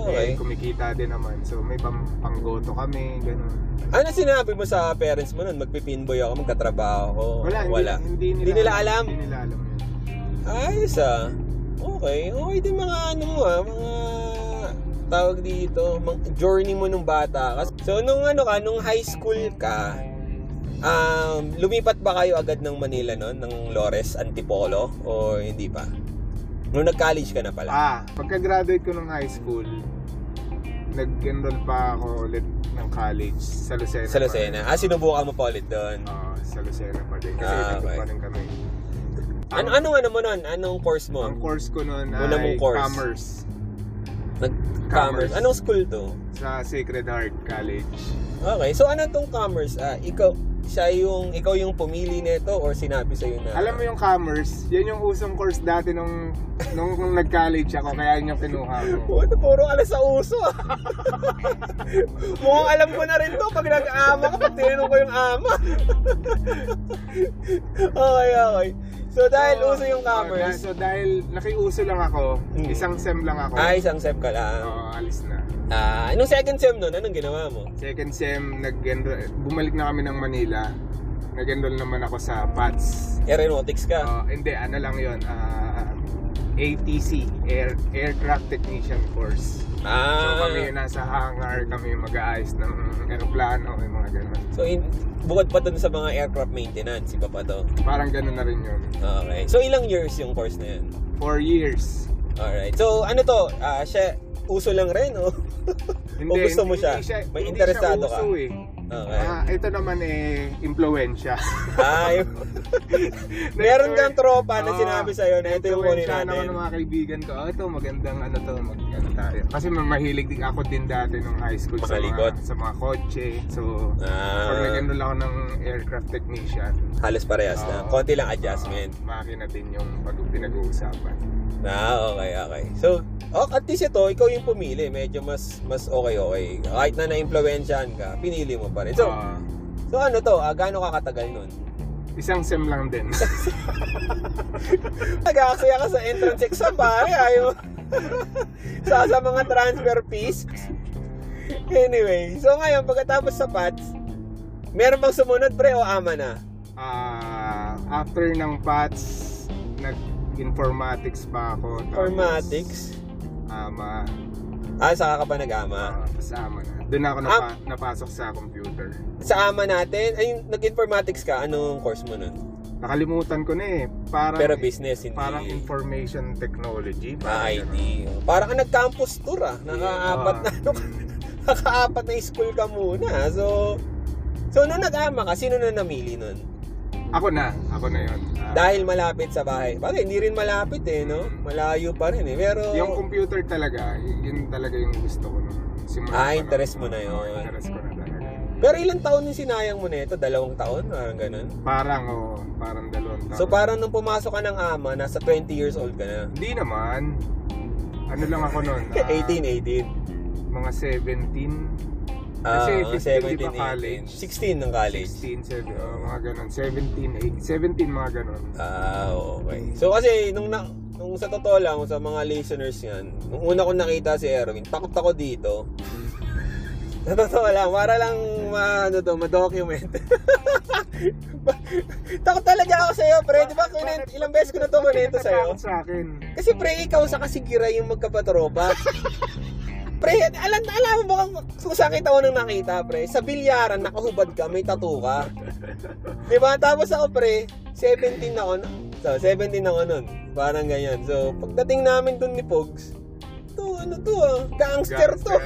Speaker 3: Eh,
Speaker 2: Okay.
Speaker 3: kumikita din naman. So, may pam panggoto kami, ganun.
Speaker 2: Ano sinabi mo sa parents mo nun? Magpipinboy ako, magkatrabaho ako.
Speaker 3: Wala, hindi-
Speaker 2: Oh, Wala.
Speaker 3: Hindi, nila,
Speaker 2: Hindi nila alam.
Speaker 3: Hindi nila alam yun.
Speaker 2: Ayos ah. Okay. Okay din mga ano mo ah, mga tawag dito, mga journey mo nung bata. ka. So nung ano ka, nung high school ka, um, lumipat ba kayo agad ng Manila noon, ng Lores Antipolo o hindi pa? Nung nag-college ka na pala.
Speaker 3: Ah, pagka-graduate ko ng high school, nag-enroll pa ako ulit ng college sa Lucena.
Speaker 2: sa
Speaker 3: pa
Speaker 2: Lucena. Ah, sinubukan mo pa ulit doon.
Speaker 3: rin. Oo, sa Lucena pa din. Kasi
Speaker 2: Ah,
Speaker 3: ah,
Speaker 2: okay.
Speaker 3: pa rin kami.
Speaker 2: Ano
Speaker 3: Ang-
Speaker 2: anong ano mo noon? Anong course
Speaker 3: Ang
Speaker 2: mo?
Speaker 3: course ko noon
Speaker 2: Una
Speaker 3: ay
Speaker 2: mong course.
Speaker 3: commerce
Speaker 2: Nag
Speaker 3: commerce.
Speaker 2: commerce. Anong school to?
Speaker 3: sa Sacred Heart College.
Speaker 2: Okay. So ano tong commerce? Ah, ikaw siya yung ikaw yung pumili nito or sinabi sa na
Speaker 3: Alam mo yung commerce, yan yung usong course dati nung nung, nung nag-college ako, kaya yun yung kinuha ko.
Speaker 2: Puta, puro alas sa uso <laughs> ah. Mukhang alam ko na rin to pag nag-ama ka, pag tinanong ko yung ama. <laughs> okay, okay. So dahil uso yung commerce,
Speaker 3: So, dahil nakiuso lang ako,
Speaker 2: Mm.
Speaker 3: isang sem lang ako.
Speaker 2: ah, isang sem ka lang.
Speaker 3: Oo, alis na.
Speaker 2: Ah, nung second sem nun, anong ginawa mo?
Speaker 3: Second sem, nag bumalik na kami ng Manila. Nag-enroll naman ako sa PATS.
Speaker 2: Aeronautics ka.
Speaker 3: Uh, hindi, ano lang yun. ah, ATC, Air, Aircraft Technician Course. So
Speaker 2: Ah,
Speaker 3: kami yung nasa hangar, kami yung mag-aayos ng aeroplano, may mga ganun.
Speaker 2: so in, bukod pa dun sa mga aircraft maintenance, iba pa to.
Speaker 3: Parang ganun na rin yun.
Speaker 2: Okay. So ilang years yung course na yun?
Speaker 3: Four years.
Speaker 2: Alright. So ano to? Ah, siya, uso lang rin, oh. <laughs> O gusto mo siya? May
Speaker 3: hindi
Speaker 2: interesado
Speaker 3: siya
Speaker 2: ka?
Speaker 3: uso Eh.
Speaker 2: Okay.
Speaker 3: Ah, ito naman eh, impluensya. <laughs>
Speaker 2: Ay, <laughs> meron kang tropa na
Speaker 3: Oo,
Speaker 2: sinabi sa'yo na ito yung kunin
Speaker 3: Impluwensyahan ako ng
Speaker 2: natin.
Speaker 3: mga kaibigan ko. Oh, ito, magandang ano to, mag ano tayo. Kasi ma- mahilig din ako din dati nung high school sa
Speaker 2: Makalikot.
Speaker 3: mga, sa mga kotse. So,
Speaker 2: Ah,
Speaker 3: pag nag-enroll ako ng aircraft technician,
Speaker 2: halos parehas na.
Speaker 3: Oo.
Speaker 2: Konti lang adjustment.
Speaker 3: ah, makina din yung pag pinag-uusapan.
Speaker 2: Ah, okay, okay. So, oh, at least ito, ikaw yung pumili. Medyo mas mas okay, okay. Kahit na na-influensyahan ka, pinili mo pa rin. So,
Speaker 3: Ah,
Speaker 2: so ano to? Ah, gaano ka katagal nun?
Speaker 3: isang sem lang
Speaker 2: <laughs>
Speaker 3: din.
Speaker 2: Nagkakasaya ka sa entrance exam, pare. Ayaw. sa, sa mga transfer fees. Anyway, so ngayon, pagkatapos sa PATS, meron bang sumunod, pre, o ama na?
Speaker 3: Ah, after ng PATS, nag-informatics pa ako. Tapos,
Speaker 2: Informatics.
Speaker 3: Ama.
Speaker 2: Ah, saka ka pa nag-ama?
Speaker 3: Ah, tapos ama na. Doon ako
Speaker 2: Ah.
Speaker 3: napa- napasok sa computer.
Speaker 2: Sa ama natin, ay, yung nag-informatics ka, anong course mo nun?
Speaker 3: Nakalimutan ko na eh. Parang,
Speaker 2: Pero business, hindi.
Speaker 3: parang information technology.
Speaker 2: Ah,
Speaker 3: parang
Speaker 2: IT.
Speaker 3: ganun.
Speaker 2: Parang ka nag-campus tour, ah. Nakaapat na, ano, ka- <laughs> nakaapat na school ka muna. ah. So, so nung nag-ama ka, sino na namili nun?
Speaker 3: Ako na. Ako na yun. Ah,
Speaker 2: Dahil malapit sa bahay. Bakit, hindi rin malapit eh, no? Malayo pa rin eh. Pero,
Speaker 3: yung computer talaga, y- yun talaga yung gusto ko. Nung
Speaker 2: Ah,
Speaker 3: simula pa lang.
Speaker 2: interest mo na yun.
Speaker 3: Oo, interest ko na talaga.
Speaker 2: pero ilang taon yung sinayang mo na ito? Dalawang taon? Parang ganun.
Speaker 3: Parang, oh, parang dalawang taon.
Speaker 2: So, parang nung pumasok ka ng ama, nasa 20 years old ka na.
Speaker 3: Hindi naman. Ano lang ako nun? ah,
Speaker 2: 18, 18.
Speaker 3: Mga 17.
Speaker 2: Ah,
Speaker 3: Kasi
Speaker 2: mga
Speaker 3: 15 di ba
Speaker 2: 18.
Speaker 3: college?
Speaker 2: 16 ng college.
Speaker 3: 16, 17, oh, mga ganun. 17, 8, 17, mga ganun.
Speaker 2: Ah, okay. So kasi nung na, Nung sa totoo lang, sa mga listeners yan, nung una ko nakita si Erwin, takot ako dito. <laughs> Sa totoo lang, para lang ma, ano to, ma-document. <laughs> takot talaga ako sa'yo, pre. Di ba? Kailan,
Speaker 3: Bakit-
Speaker 2: ilang beses ko na to
Speaker 3: bakit
Speaker 2: manito Ano sa'yo.
Speaker 3: natatakot sa akin?
Speaker 2: Kasi pre, ikaw sa kasigira yung magkapatropa. pre, alam, alam mo ba kung saan kita unang nakita, pre? Sa bilyaran, nakahubad ka, may tattoo ka. Di ba? Tapos ako, pre, 17 ako. nun. So, 17 ako nun. Parang ganyan. So, pagdating namin dun ni Pogs, to, ano to ah, gangster to. <laughs>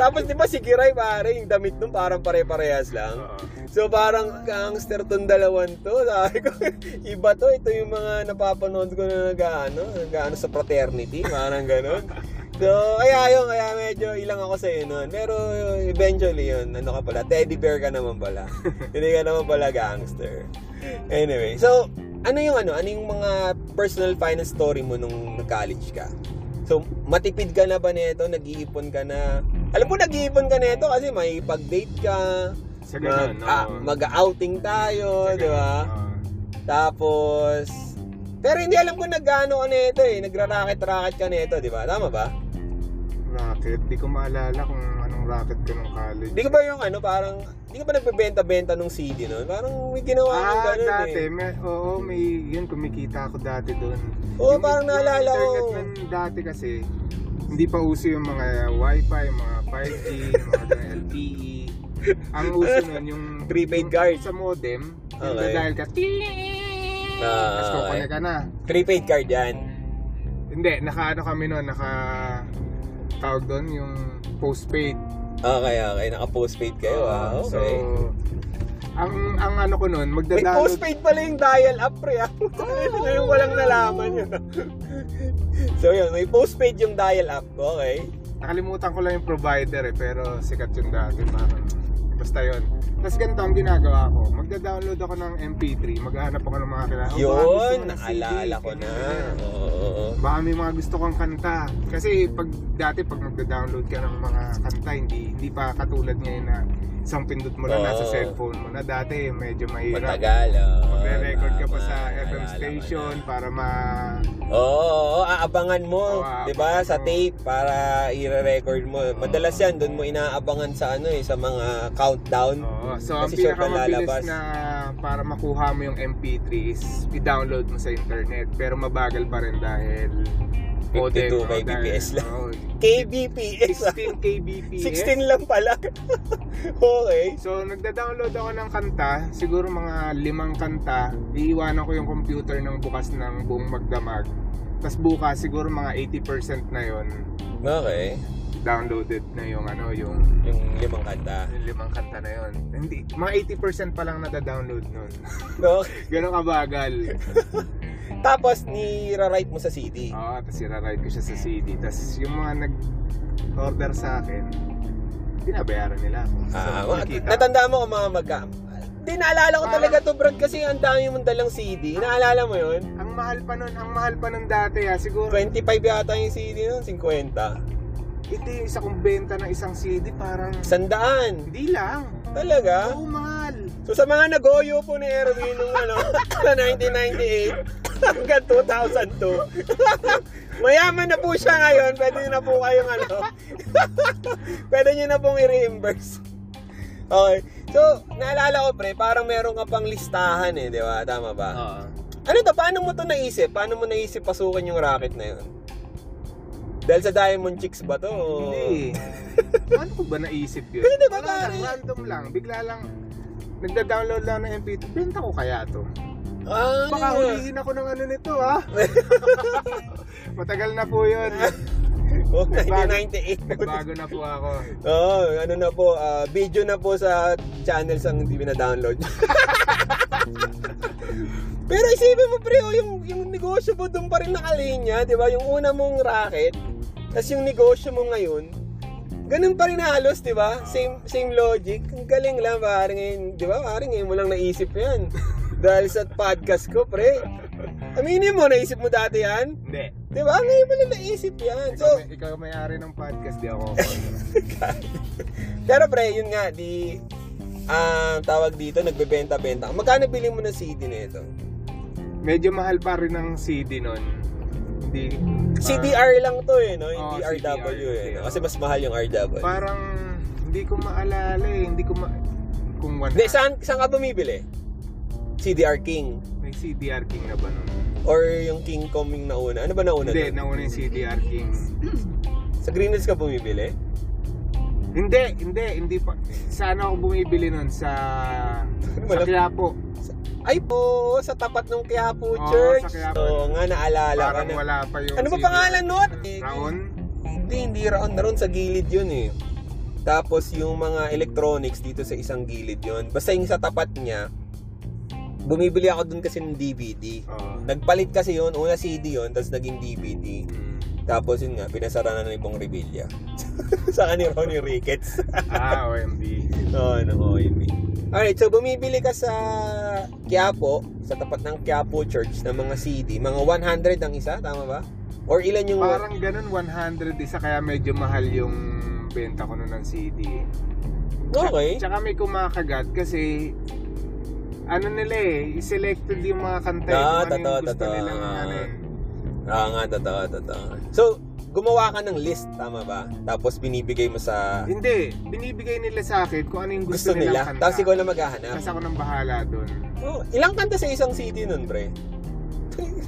Speaker 2: Tapos di ba si Giray pare, yung damit nun parang pare-parehas lang.
Speaker 3: Oo.
Speaker 2: So parang gangster tong dalawan to. Sabi ko, <laughs> iba to. Ito yung mga napapanood ko na nag-ano, nag-ano sa fraternity. Parang ganun. So, kaya yun, kaya medyo ilang ako sa nun. Pero eventually yun, ano ka pala, teddy bear ka naman pala. Hindi ka naman pala gangster. Anyway, so, ano yung ano, ano yung mga personal finance story mo nung college ka? So, matipid ka na ba nito? Nag-iipon ka na? Alam mo, nag-iipon ka nito kasi may pag-date ka,
Speaker 3: Sa ganun,
Speaker 2: Mag- ah,
Speaker 3: oo.
Speaker 2: mag-outing
Speaker 3: Sa
Speaker 2: tayo,
Speaker 3: ganun,
Speaker 2: di ba?
Speaker 3: oo.
Speaker 2: Tapos, pero hindi alam ko nag-ano ka nito eh. Nagra-racket-racket ka nito, di ba? Tama ba?
Speaker 3: Rocket. Di ko maalala kung anong rocket ko nung college.
Speaker 2: Hindi ka ba yung ano, parang, hindi ka ba nagbebenta-benta ng CD noon? Parang may ginawa ah,
Speaker 3: Ah,
Speaker 2: ganun
Speaker 3: dati.
Speaker 2: eh.
Speaker 3: May, oo, may yun, kumikita ako dati doon.
Speaker 2: Oo,
Speaker 3: Yung-
Speaker 2: parang
Speaker 3: yung
Speaker 2: naalala ko.
Speaker 3: internet nun dati kasi, hindi pa uso yung mga wifi, mga 5G, yung mga ganun, LTE. Ang uso nun yung...
Speaker 2: <laughs> Prepaid
Speaker 3: yung
Speaker 2: card.
Speaker 3: Sa modem. Yung
Speaker 2: Okay.
Speaker 3: dadahil ka, ting! Tapos
Speaker 2: Ah, okay.
Speaker 3: kukunin ka na.
Speaker 2: Prepaid card yan.
Speaker 3: Hindi, naka ano kami nun, naka... Tawag doon, yung postpaid.
Speaker 2: Okay, okay. Naka-postpaid kayo, ah.
Speaker 3: So,
Speaker 2: Okay.
Speaker 3: ang ang ano ko nun,
Speaker 2: May
Speaker 3: magda-download
Speaker 2: postpaid pala yung dial-up, pre. ah. <laughs> Ngayon ko lang nalaman yun. <laughs> ah. so yun, may postpaid yung dial-up. Okay.
Speaker 3: Nakalimutan ko lang yung provider eh, pero sikat yung dati parang basta yun. Tapos ganito ang ginagawa ko, magda-download ako ng MP3, maghahanap ako ng mga kailangan. Oh, baka
Speaker 2: Yun,
Speaker 3: gusto mo ng CD,
Speaker 2: naalala ko na.
Speaker 3: ganyan.
Speaker 2: Oo, oo, oo.
Speaker 3: Baka may mga gusto kong kanta. Kasi pag dati pag magda-download ka ng mga kanta, hindi hindi pa katulad ngayon na isang pindot mo lang
Speaker 2: Oo.
Speaker 3: nasa cellphone mo na dati medyo mahirap.
Speaker 2: Matagal. Ah, oo.
Speaker 3: Magre-record ka pa
Speaker 2: Tama,
Speaker 3: sa
Speaker 2: naalala
Speaker 3: FM
Speaker 2: ko na.
Speaker 3: station para ma...
Speaker 2: Oo, oo, oo, aabangan mo,
Speaker 3: Oo, aabangan
Speaker 2: 'di ba? Sa
Speaker 3: mo.
Speaker 2: tape para i-record mo. Madalas 'yan doon mo inaabangan sa ano eh, sa mga countdown.
Speaker 3: Oo. So, ang
Speaker 2: Kasi sure ka lalabas.
Speaker 3: pinakamabilis na para makuha mo yung MP3 is i-download mo sa internet. Pero mabagal pa rin dahil
Speaker 2: 52
Speaker 3: modem,
Speaker 2: kay
Speaker 3: no? Dahil-
Speaker 2: BPS lang.
Speaker 3: Oo.
Speaker 2: KBPS. ah.
Speaker 3: 16
Speaker 2: <laughs>
Speaker 3: kbps.
Speaker 2: 16 lang pala. okay.
Speaker 3: So, nagda-download ako ng kanta, siguro mga limang kanta, iiwanan ko yung computer ng bukas ng buong magdamag. Tapos bukas, siguro mga 80% na yon
Speaker 2: Okay.
Speaker 3: downloaded na yung ano, yung,
Speaker 2: Yung limang kanta.
Speaker 3: yung limang kanta na yon Hindi, mga 80% pa lang nada-download nun. <laughs>
Speaker 2: Okay.
Speaker 3: Ganun kabagal.
Speaker 2: Tapos ni write mo sa CD.
Speaker 3: Oo, tapos iraride ko siya sa CD. Tapos yung mga nag-order sa akin, binabayaran nila ako. So,
Speaker 2: Ah,
Speaker 3: nakita.
Speaker 2: natandaan mo kung mga magka. Di naalala ko talaga
Speaker 3: Ah.
Speaker 2: to, Brad, kasi ang dami mong dalang CD. Naalala mo yun?
Speaker 3: ang mahal pa nun, ang mahal pa nun dati ha. Siguro,
Speaker 2: 25 yata yung CD nun, 50.
Speaker 3: ito yung isa kong benta ng isang CD, parang,
Speaker 2: Sandaan.
Speaker 3: hindi lang.
Speaker 2: Talaga?
Speaker 3: Oo, mahal.
Speaker 2: So sa mga nagoyo po ni Erwin nung ano, <laughs> sa 1998 hanggang 2002. <laughs> Mayaman na po siya ngayon, pwede niyo na po kayong ano. <laughs> pwede niyo na pong i-reimburse. Okay. So, naalala ko pre, parang meron ka pang listahan eh, di ba? Tama ba?
Speaker 3: Oo.
Speaker 2: Ano to? Paano mo to naisip? Paano mo naisip pasukan yung racket na yun? Dahil sa Diamond Chicks ba to? o- <laughs>
Speaker 3: Hindi. Paano ko ba naisip yun?
Speaker 2: Pwede ba,
Speaker 3: Wala lang,
Speaker 2: pare?
Speaker 3: random lang. Bigla lang, nagda-download lang ng MP3. Benta ko kaya to.
Speaker 2: Ah,
Speaker 3: Baka
Speaker 2: ano yun?
Speaker 3: hulihin ako ng ano nito,
Speaker 2: <laughs>
Speaker 3: ha? Matagal na po yun.
Speaker 2: Oh,
Speaker 3: Nagbago.
Speaker 2: 1998.
Speaker 3: Nagbago na po ako.
Speaker 2: Oo, oh, ano na po, ah, video na po sa channels ang hindi na-download. <laughs> Pero isipin mo pre, oh, yung, yung negosyo mo doon pa rin nakalinya, di ba? Yung una mong racket, tapos yung negosyo mo ngayon, ganun pa rin halos, di ba? Same, same logic. Ang galing lang, pare ngayon, di ba? Pare ngayon mo lang naisip yan. <laughs> Dahil sa podcast ko, pre. Aminin mo, naisip mo dati yan.
Speaker 3: Hindi.
Speaker 2: Di ba? Ngayon mo lang naisip yan.
Speaker 3: Ikaw,
Speaker 2: So,
Speaker 3: may, ikaw may-ari ng podcast, di ako.
Speaker 2: Pero pre, yun nga, di... ah, tawag dito, nagbebenta-benta. ka. Magkano bili mo ng CD na ito?
Speaker 3: medyo mahal pa rin ang CD nun. Hindi, parang-
Speaker 2: CDR lang to eh, no?
Speaker 3: Oo,
Speaker 2: Hindi RW eh.
Speaker 3: CDR.
Speaker 2: No? Kasi mas mahal yung RW.
Speaker 3: Parang hindi ko maalala eh. Hindi ko ma... Kung one
Speaker 2: Hindi, saan, saan ka bumibili? CDR King?
Speaker 3: may CDR King na ba nun?
Speaker 2: Or yung King Coming na una? Ano ba nauna
Speaker 3: Hindi,
Speaker 2: doon?
Speaker 3: nauna yung CDR King.
Speaker 2: Sa Greenwich ka bumibili?
Speaker 3: Hindi, hindi, hindi pa. Saan ako bumibili nun? Sa... Sa
Speaker 2: Malap-
Speaker 3: Quiapo.
Speaker 2: Ay po, sa tapat ng Quiapo
Speaker 3: Oo,
Speaker 2: Church.
Speaker 3: Oh, sa Quiapo.
Speaker 2: Oo nga, naalala ka
Speaker 3: Parang
Speaker 2: na.
Speaker 3: wala pa yung
Speaker 2: Ano ba
Speaker 3: CD?
Speaker 2: pangalan nun?
Speaker 3: Raon?
Speaker 2: Hindi, hindi round na round. Sa gilid yun eh. Tapos yung mga electronics dito sa isang gilid yun. Basta yung sa tapat niya, bumibili ako dun kasi ng DVD. <laughs>
Speaker 3: Oo.
Speaker 2: Nagpalit kasi yun, una CD yun, tapos naging DVD.
Speaker 3: Mm.
Speaker 2: Tapos yun nga, pinasara na ng ibang Revilla. <laughs> sa ni Ronnie Ricketts. <laughs>
Speaker 3: Ah, OMB.
Speaker 2: Oo, ano ko, Amy. Alright, so bumibili ka sa Quiapo, sa tapat ng Quiapo Church ng mga CD. Mga 100 ang isa, tama ba? Or ilan yung...
Speaker 3: Parang ganun 100 isa kaya medyo mahal yung benta ko nun ng CD.
Speaker 2: okay.
Speaker 3: Tsaka may kumakagat kasi ano nila eh, selected yung mga kanta. eh,
Speaker 2: Ah,
Speaker 3: kung ano
Speaker 2: totoo,
Speaker 3: yung gusto
Speaker 2: totoo.
Speaker 3: nilang ano eh.
Speaker 2: Ah, nga, totoo, totoo. So, gumawa ka ng list, tama ba? Tapos binibigay mo sa
Speaker 3: Hindi, binibigay nila sa akin kung ano yung gusto,
Speaker 2: gusto
Speaker 3: nilang
Speaker 2: nila.
Speaker 3: kanta.
Speaker 2: Tapos ikaw na maghahanap.
Speaker 3: Tapos ako nang bahala doon.
Speaker 2: Oh, ilang kanta sa isang CD nun, pre?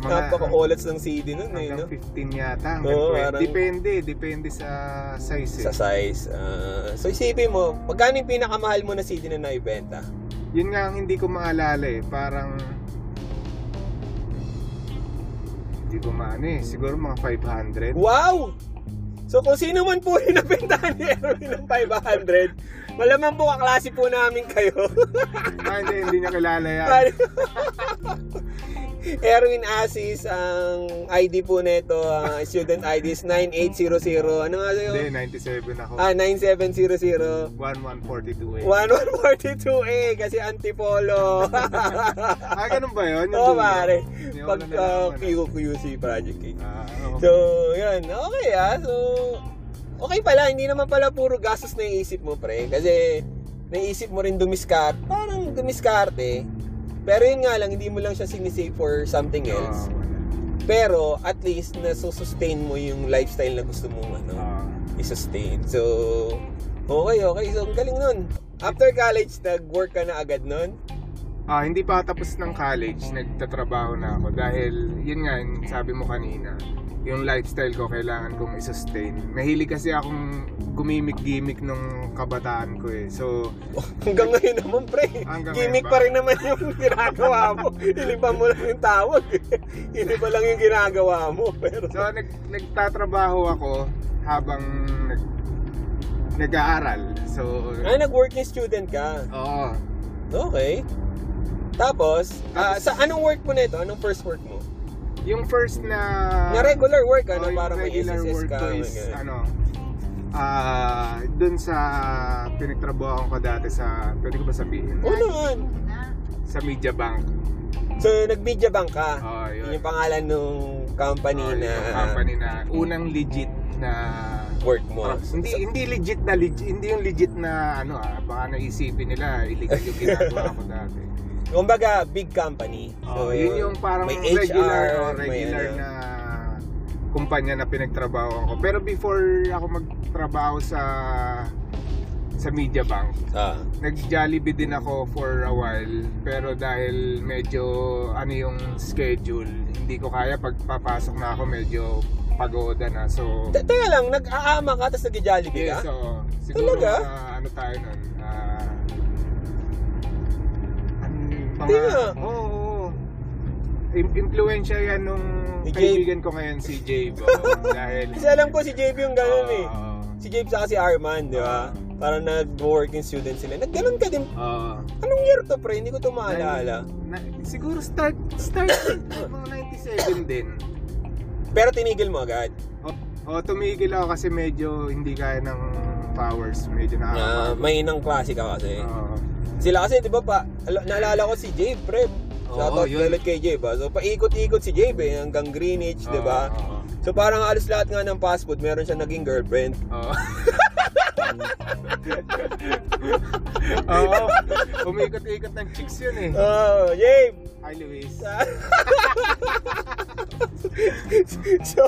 Speaker 2: Napaka-olats ng CD nun eh, no?
Speaker 3: Hanggang 15 yata, hanggang
Speaker 2: Oo,
Speaker 3: 20.
Speaker 2: parang-
Speaker 3: Depende, depende sa size eh.
Speaker 2: Sa size. ah. so, isipin mo, magkano yung pinakamahal mo na CD na naibenta?
Speaker 3: Yun nga ang hindi ko maalala eh, parang... Hindi ko maano eh, siguro mga 500.
Speaker 2: Wow! So kung sino man po <laughs> yung nabentahan ni Erwin ng 500, malamang po kaklase po namin kayo.
Speaker 3: ah, hindi, hindi niya kilala
Speaker 2: <laughs>
Speaker 3: yan.
Speaker 2: Erwin Asis, ang ID po nito, ang student ID is 9800. Ano nga
Speaker 3: Hindi,
Speaker 2: yun?
Speaker 3: 97 ako.
Speaker 2: Ah, 9700.
Speaker 3: 1142 eh.
Speaker 2: 1142A kasi antipolo.
Speaker 3: Ah, ganun ba yun? Yung
Speaker 2: <laughs> Oo,
Speaker 3: dulo?
Speaker 2: pare.
Speaker 3: Hindi ako
Speaker 2: Pag
Speaker 3: nalalaman,
Speaker 2: uh,
Speaker 3: eh.
Speaker 2: QQC Project Cake.
Speaker 3: Ah, oo.
Speaker 2: So, yun. Okay ah. So, okay pala. Hindi naman pala puro gastos na iisip mo, pre. Kasi, naisip mo rin dumiskart. Parang dumiskarte. Pero yun nga lang, hindi mo lang siya sinisave for something
Speaker 3: Ah,
Speaker 2: else.
Speaker 3: wala.
Speaker 2: Pero, at least, nasusustain mo yung lifestyle na gusto mong ano,
Speaker 3: Ah.
Speaker 2: isustain. So, okay, okay. So, ang galing nun. After college, nag-work ka na agad nun?
Speaker 3: Ah, hindi pa ako tapos ng college, nagtatrabaho na ako dahil yun nga yung sabi mo kanina, yung lifestyle ko kailangan kong i-sustain. Mahilig kasi akong gumimik-gimik nung kabataan ko eh. So,
Speaker 2: Hanggang ngayon naman, pre.
Speaker 3: Hanggang
Speaker 2: Gimmick
Speaker 3: ngayon ba?
Speaker 2: pa rin naman yung <laughs> ginagawa mo. Iniba mo lang yung tawag. <laughs> eh. Iniba lang yung ginagawa mo. <laughs> Pero,
Speaker 3: so nag, nagtatrabaho ako habang nag, nag-aaral. So,
Speaker 2: ah, nag-working student ka.
Speaker 3: oo.
Speaker 2: Okay. Tapos, ah, sa anong work mo na ito? Anong first work mo?
Speaker 3: Yung first na...
Speaker 2: Na regular work, ano?
Speaker 3: Oo, Ah, oh, yung
Speaker 2: Parang may
Speaker 3: regular
Speaker 2: SSS
Speaker 3: work
Speaker 2: ka.
Speaker 3: ko
Speaker 2: ano,
Speaker 3: is,
Speaker 2: ganun.
Speaker 3: ano, ah, dun sa pinagtrabaho ko dati sa, pwede ko ba sabihin?
Speaker 2: Oo naman.
Speaker 3: Sa Media Bank.
Speaker 2: So, nag-media bank ka.
Speaker 3: Oh,
Speaker 2: Yun
Speaker 3: yun.
Speaker 2: yung pangalan nung company
Speaker 3: Oo, yun
Speaker 2: na
Speaker 3: yung company Ah, na unang legit na
Speaker 2: work mo.
Speaker 3: hindi hindi legit na legit hindi yung legit na ano ah baka naisipin nila illegal yung ginagawa ko dati.
Speaker 2: Kumbaga, big company.
Speaker 3: So, Ah, yun yung parang
Speaker 2: may
Speaker 3: regular
Speaker 2: HR,
Speaker 3: o
Speaker 2: may
Speaker 3: regular
Speaker 2: ano.
Speaker 3: na kumpanya na pinagtrabaho ko. Pero before ako magtrabaho sa sa Media Bank,
Speaker 2: Ah.
Speaker 3: nag-Jollibee din ako for a while pero dahil medyo ano yung schedule hindi ko kaya pagpapasok na ako medyo pagoda na so
Speaker 2: Te- Teka lang, nag-aama ka tapos nag-jollibee
Speaker 3: yes
Speaker 2: ka?
Speaker 3: so siguro
Speaker 2: Talaga?
Speaker 3: mga ano tayo nun ah, ano,
Speaker 2: Di
Speaker 3: mga
Speaker 2: nga.
Speaker 3: oo oo. Im- impluensya yan nung
Speaker 2: Ni Jay.
Speaker 3: kaibigan ko ngayon si Jay
Speaker 2: <laughs>
Speaker 3: Bo dahil
Speaker 2: Kasi alam ko si JB yung ganun eh.
Speaker 3: Oo,
Speaker 2: Si JB saka si Arman, di ba?
Speaker 3: Ah.
Speaker 2: Parang nag-working student sila. Nagganon ka din.
Speaker 3: oo.
Speaker 2: Anong year to, pre? Hindi ko to maalala.
Speaker 3: Na, siguro start
Speaker 2: <coughs>
Speaker 3: start ng 97 din
Speaker 2: Pero tinigil mo agad.
Speaker 3: O, Oh, tumigil ako kasi medyo hindi kaya ng powers. Medyo
Speaker 2: Na
Speaker 3: nakakapagod.
Speaker 2: may inang klase ka kasi.
Speaker 3: Oo.
Speaker 2: Sila kasi, di ba pa, al- naalala ko si JB, pre.
Speaker 3: Oo,
Speaker 2: Shoutout
Speaker 3: yun.
Speaker 2: galit kay JB. ah. So, paikot-ikot si JB eh, hanggang Greenwich, di ba?
Speaker 3: Oo,
Speaker 2: So, parang alos lahat nga ng fast food, meron siya naging girlfriend.
Speaker 3: Oo. <laughs> Oo. Umikot-ikot ng chicks yun eh.
Speaker 2: Oh, James!
Speaker 3: Hi, Luis.
Speaker 2: <laughs> so,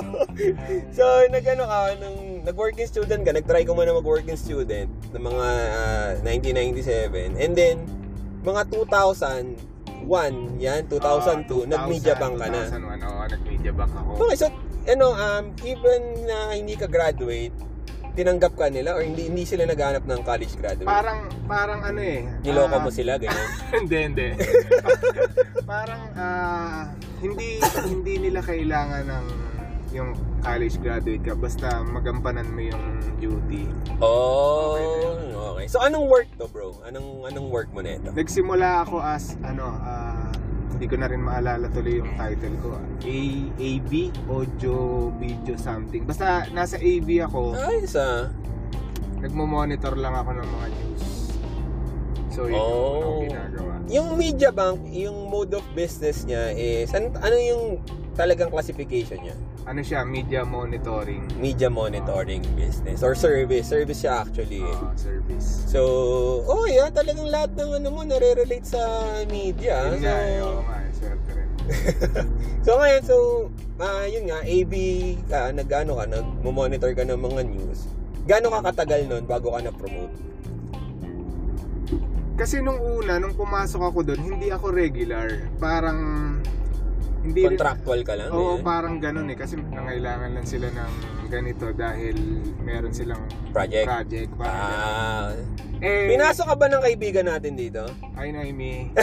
Speaker 2: so nag-ano ka, nung nag-working student ka, nag-try ka muna mag-working student ng mga ah, 1997. And then, mga 2001, yan, 2002,
Speaker 3: Ah,
Speaker 2: nag-media bank ka na.
Speaker 3: 2001, oo. Nag-media bank ako.
Speaker 2: Okay, so, ano, um, even na hindi ka graduate, tinanggap ka nila or hindi, hindi sila naghanap ng college graduate?
Speaker 3: Parang, parang ano eh.
Speaker 2: Niloko
Speaker 3: ah,
Speaker 2: mo sila, ganyan.
Speaker 3: <laughs> hindi, hindi. Parang ah, hindi hindi nila kailangan ng yung college graduate ka basta magampanan mo yung duty.
Speaker 2: Oh, okay. So, anong work to, bro? Anong anong work mo nito?
Speaker 3: Nagsimula ako as ano ah, hindi ko na rin maalala tuloy yung title ko. A AB audio video something. Basta nasa AB ako,
Speaker 2: Ayos ah.
Speaker 3: nagmo-monitor lang ako ng mga news. So yun
Speaker 2: Oh.
Speaker 3: yung unang ginagawa.
Speaker 2: Yung media bank, yung mode of business niya is, an- ano yung talagang classification niya?
Speaker 3: Ano siya, media monitoring
Speaker 2: Media monitoring business or service. Service siya actually. eh.
Speaker 3: ah, service.
Speaker 2: So, oh yeah, talagang lahat ng ano mo nare-relate sa media. So,
Speaker 3: Yun nga, eh, oo nga, eh, swerte rin.
Speaker 2: so ngayon, so, ah, yun nga, AB, ka, nag-ano ka, nag-monitor ka ng mga news. Gano'n ka katagal nun bago ka na-promote?
Speaker 3: Kasi nung una, nung pumasok ako doon, hindi ako regular. Parang, hindi rin-
Speaker 2: Contractual ka lang? ganyan?
Speaker 3: Oo, parang ganun eh. Kasi nangailangan lang sila ng ganito dahil meron silang
Speaker 2: Project?
Speaker 3: project. Parang ganun.
Speaker 2: Ah.
Speaker 3: Eh,
Speaker 2: Pinasok ka ba ng kaibigan natin dito?
Speaker 3: Ay,
Speaker 2: <laughs>
Speaker 3: ah, Naimi.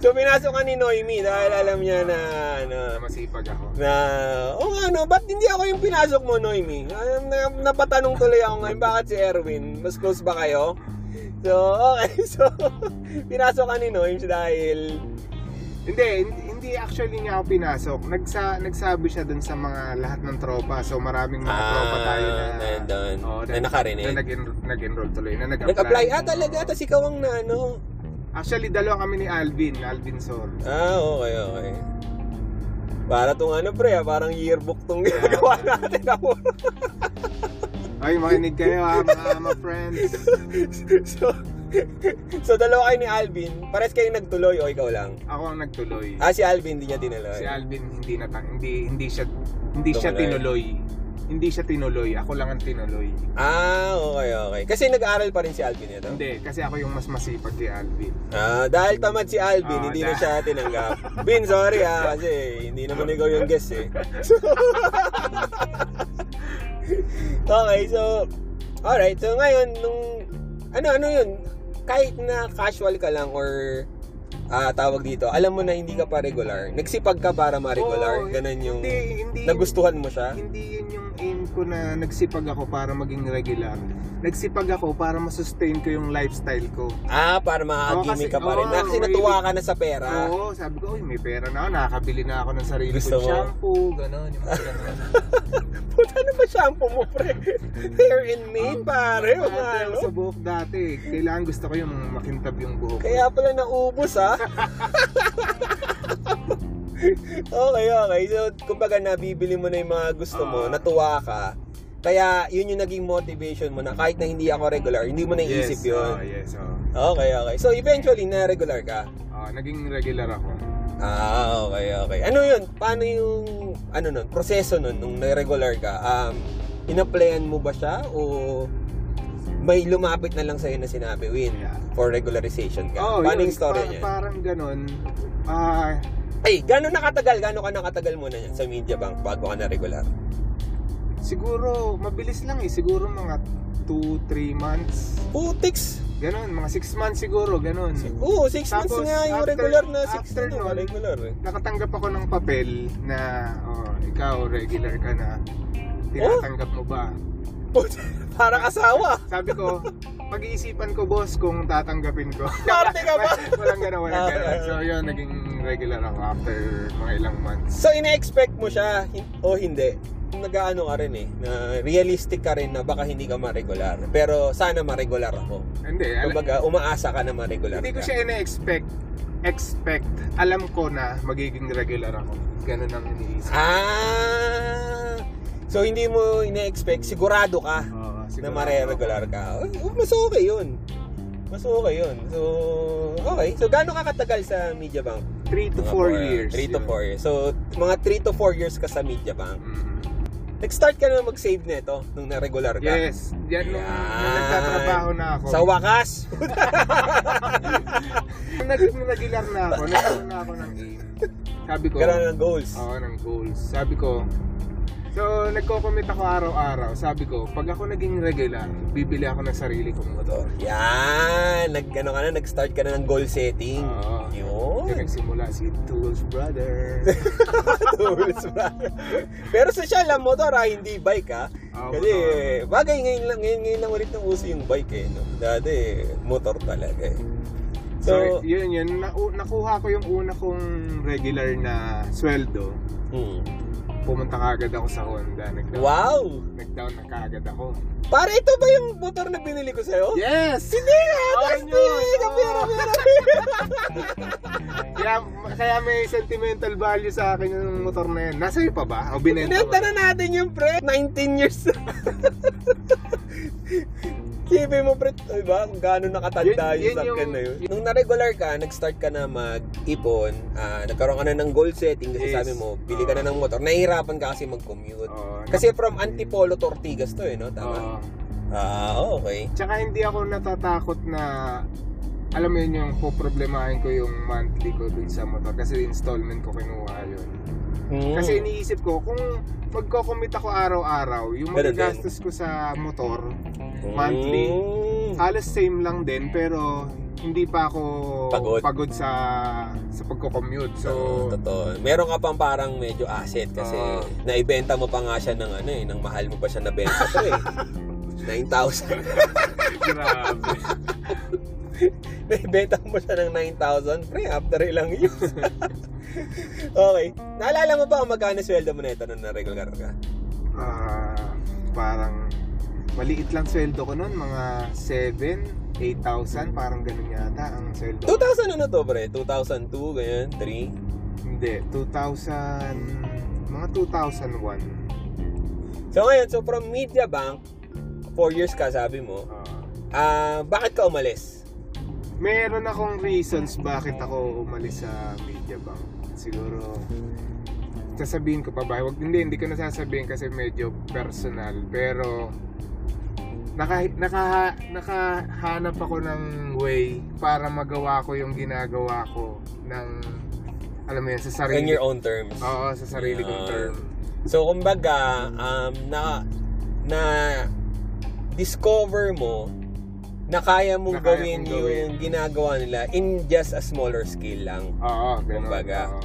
Speaker 2: So pinasok ka ni Noemi dahil alam niya na ano
Speaker 3: Masipag ako.
Speaker 2: na oh nga no, ba't hindi ako yung pinasok mo Noemi? Ah, Na, napatanong tuloy ako ngayon bakit si Erwin? Mas close ba kayo? So okay, <laughs> so pinasok ka ni Noemi dahil
Speaker 3: Hindi, hindi- hindi actually niya ako pinasok. Nagsa, nagsabi siya dun sa mga lahat ng tropa. So maraming mga tropa tayo na...
Speaker 2: nandun,
Speaker 3: Oo,
Speaker 2: Ah, na nakarinig.
Speaker 3: Na nag-enro- nag-enroll tuloy. Na nag-apply.
Speaker 2: Nag-apply. Ah, talaga? Tapos ikaw ang na ano?
Speaker 3: Actually, dalawa kami ni Alvin. Alvin Sor.
Speaker 2: Ah, okay, okay. Para tong ano pre, ah, parang yearbook tong <laughs> ginagawa natin. ah.
Speaker 3: Ay, makinig kayo ha, mga, mga friends.
Speaker 2: <laughs> <laughs> so, so dalawa kayo ni Alvin, pares kayong nagtuloy o ikaw lang?
Speaker 3: Ako ang nagtuloy.
Speaker 2: Ah, si Alvin hindi niya tinuloy.
Speaker 3: Si Alvin hindi na hindi hindi siya hindi siya
Speaker 2: Tumuloy.
Speaker 3: tinuloy. Hindi siya tinuloy. Ako lang ang tinuloy.
Speaker 2: Ah, okay, okay. Kasi nag-aaral pa rin si Alvin ito?
Speaker 3: Hindi, kasi ako yung mas masipag kay Alvin.
Speaker 2: Ah, dahil tamad si Alvin,
Speaker 3: Ah,
Speaker 2: hindi na
Speaker 3: dahil-
Speaker 2: siya tinanggap. Bin, sorry ah, kasi hindi naman ikaw yung guest eh. <laughs> So, okay, so, alright. So ngayon, nung, ano, ano yun? Kahit na casual ka lang or ah, tawag dito, alam mo na hindi ka pa regular. Nagsipag ka para ma-regular.
Speaker 3: Oo,
Speaker 2: Ganun yung
Speaker 3: Hindi, hindi.
Speaker 2: nagustuhan mo siya.
Speaker 3: Hindi yun yung aim ko na nagsipag ako para maging regular. Nagsipag ako para masustain ko yung lifestyle ko.
Speaker 2: Ah, para makakagimik
Speaker 3: Oo, kasi-
Speaker 2: ka pa rin.
Speaker 3: oo,
Speaker 2: na, kasi
Speaker 3: really.
Speaker 2: natuwa ka na sa pera.
Speaker 3: Oo, sabi ko, uy, may pera na ako, nakakabili na ako ng sarili
Speaker 2: Ah. Gusto
Speaker 3: ko
Speaker 2: mo?
Speaker 3: shampoo, gano'n, yung
Speaker 2: <laughs>
Speaker 3: mga gano'n.
Speaker 2: Puta na ba shampoo mo,
Speaker 3: <laughs>
Speaker 2: pre? Hair and mane, pare.
Speaker 3: Dati
Speaker 2: Mga
Speaker 3: ako
Speaker 2: ano.
Speaker 3: sa buhok dati, kailangan gusto ko yung makintab yung buhok. ko.
Speaker 2: Kaya pala naubos,
Speaker 3: <laughs>
Speaker 2: ha? okay, okay. So, kumbaga, nabibili mo na yung mga gusto mo,
Speaker 3: Ah.
Speaker 2: natuwa ka. Kaya, yun yung naging motivation mo na kahit na hindi ako regular, hindi mo naisip
Speaker 3: yes, oo,
Speaker 2: yun.
Speaker 3: yes, oo.
Speaker 2: Okay, okay. So, eventually, na-regular ka.
Speaker 3: Ah, naging regular ako.
Speaker 2: Ah, okay, okay. Ano yun? Paano yung, ano nun, proseso nun, nung regular ka? Um, ina-playan mo ba siya o may lumapit na lang sa'yo na sinabi, Win,
Speaker 3: Yeah. Oh,
Speaker 2: for regularization ka? Paano
Speaker 3: yun,
Speaker 2: yung story
Speaker 3: pa-
Speaker 2: niya?
Speaker 3: Parang ganun. Ah,
Speaker 2: Ay, gano'n nakatagal? Gano'n ka nakatagal muna yan sa media bank bago ka na regular?
Speaker 3: siguro, mabilis lang eh. Siguro mga 2-3 months.
Speaker 2: Putix!
Speaker 3: Ganun, mga 6 months siguro, ganun.
Speaker 2: Oo, 6 Oh, months
Speaker 3: Tapos,
Speaker 2: nga yung
Speaker 3: after-
Speaker 2: regular na 6
Speaker 3: after
Speaker 2: na no,
Speaker 3: nun,
Speaker 2: regular eh. <laughs>
Speaker 3: Nakatanggap ako ng papel na, oh, ikaw, regular ka na. Tinatanggap mo ba?
Speaker 2: Puta, parang asawa.
Speaker 3: Sabi
Speaker 2: <laughs>
Speaker 3: ko, pag-iisipan ko, boss, kung tatanggapin ko.
Speaker 2: Parte ka ba?
Speaker 3: walang gano'n, walang
Speaker 2: Ah,
Speaker 3: gano'n.
Speaker 2: ah,
Speaker 3: So, yun, naging regular ako after mga ilang months.
Speaker 2: So, ina-expect mo siya hin- o hindi? Nag-ano ka rin eh, na realistic ka rin na baka hindi ka ma-regular. Pero sana ma-regular ako.
Speaker 3: Hindi, alam,
Speaker 2: Kumbaga, umaasa ka na ma-regular
Speaker 3: Hindi ko
Speaker 2: ka.
Speaker 3: siya ina-expect. Expect. Alam ko na magiging regular ako. Ganun ang iniisip.
Speaker 2: Ah! So hindi mo ina-expect, sigurado ka
Speaker 3: Oo,
Speaker 2: na
Speaker 3: siguro.
Speaker 2: mare-regular ka. Oh, mas okay yun. Mas okay yun. So, okay. So, gaano ka katagal sa Media Bank?
Speaker 3: 3 to
Speaker 2: Mga
Speaker 3: 4
Speaker 2: four-
Speaker 3: years.
Speaker 2: Three to
Speaker 3: yun.
Speaker 2: four years. So, mga 3 to 4 years ka sa Media Bank.
Speaker 3: Mm.
Speaker 2: Nag-start ka na mag-save nito nung na-regular ka.
Speaker 3: Yes, yan nung
Speaker 2: Yan.
Speaker 3: nagtatrabaho na ako.
Speaker 2: Sa wakas. <laughs>
Speaker 3: Nung nag- nung nagilar na ako, nagkaroon na ako ng aim. Sabi ko,
Speaker 2: Karoon ng goals.
Speaker 3: ako ng goals. Sabi ko, so nagko-commit ako araw-araw. Sabi ko, pag ako naging regular, bibili ako ng sarili kong motor.
Speaker 2: Yan. Nag, ano ka na, nag-start ka na ng goal setting.
Speaker 3: Oo. Kaya
Speaker 2: Yun. <laughs>
Speaker 3: nagsimula si Tools Brother.
Speaker 2: Tools, brother. Pero sa siya lang motor ha, hindi bike ha.
Speaker 3: Oo,
Speaker 2: Kasi bagay ngayon lang, ngayon, ngayon lang ulit ng uso yung bike eh. No? Dati motor talaga eh.
Speaker 3: So,
Speaker 2: So,
Speaker 3: yun yun. Na- nakuha ko yung una kong regular na sweldo.
Speaker 2: hmm.
Speaker 3: Pumunta kaagad ako sa Honda. Nag-down,
Speaker 2: wow!
Speaker 3: nag-down na kaagad ako.
Speaker 2: Para ito ba yung motor na binili ko sa'yo?
Speaker 3: Yes!
Speaker 2: Hindi na!
Speaker 3: Oo,
Speaker 2: Tapos
Speaker 3: yun.
Speaker 2: hindi! Kapira,
Speaker 3: Oo. Kaya, kaya may sentimental value sa akin yung motor na yun. Nasa'yo pa ba? O binenta
Speaker 2: Pinenta na
Speaker 3: ba?
Speaker 2: natin yung pre. 19 years. Sabi mo pre, ay ba, kung gaano nakatanda yun,
Speaker 3: Yun- yun
Speaker 2: sa akin
Speaker 3: yung-
Speaker 2: na yun. Nung na-regular ka, nag-start ka na mag-ipon, ah, nagkaroon ka na ng goal setting kasi
Speaker 3: Yes. Ah.
Speaker 2: sabi mo, bili ka na ng motor. Nahihirapan ka kasi mag-commute.
Speaker 3: Oo.
Speaker 2: Kasi from Antipolo to Ortigas to eh, no? Tama?
Speaker 3: Oo.
Speaker 2: Ah, okay.
Speaker 3: Tsaka hindi ako natatakot na alam mo yun yung poproblemahin ko yung monthly ko dun sa motor kasi installment ko kinuha yun.
Speaker 2: Hmm.
Speaker 3: Kasi iniisip ko, kung magko-commit ako araw-araw, yung
Speaker 2: Ganun din.
Speaker 3: magagastos ko sa motor,
Speaker 2: Mm.
Speaker 3: monthly,
Speaker 2: Hmm.
Speaker 3: halos same lang din, pero hindi pa ako
Speaker 2: Pagod.
Speaker 3: sa sa pagko-commute. So,
Speaker 2: Oo, totoo. Meron ka pang parang medyo asset kasi
Speaker 3: Oo.
Speaker 2: naibenta mo pa nga siya ng ano eh, nang mahal mo pa siya nabenta to eh. 9,000.
Speaker 3: grabe.
Speaker 2: <laughs> naibenta mo siya ng 9,000 pre after ilang years. <laughs> okay. Naalala mo ba kung magkano sweldo mo nito nung na-regular ka?
Speaker 3: Ah, parang maliit lang sweldo ko noon, mga 7, 8,000, parang ganun yata ang sweldo.
Speaker 2: 2,000 ano to pre? 2002, ganyan, 3.
Speaker 3: Hindi, 2,000, mga 2001.
Speaker 2: So ngayon, so from Media Bank, 4 years ka sabi mo, ah
Speaker 3: Ah,
Speaker 2: bakit ka umalis?
Speaker 3: meron akong reasons bakit ako umalis sa media bank. Siguro, sasabihin ko pa ba? Wag, hindi, hindi ko nasasabihin kasi medyo personal. Pero, naka, naka, nakahanap ako ng way para magawa ko yung ginagawa ko ng, alam mo yun, sa
Speaker 2: In
Speaker 3: sarili.
Speaker 2: your own terms.
Speaker 3: Oo, sa sarili kong
Speaker 2: Yeah.
Speaker 3: term.
Speaker 2: So kumbaga um na na discover mo na kaya mong
Speaker 3: Na kaya
Speaker 2: gawin
Speaker 3: kong gawin.
Speaker 2: yung ginagawa nila in just a smaller scale lang.
Speaker 3: Oo, ganun.
Speaker 2: Kumbaga.
Speaker 3: oo.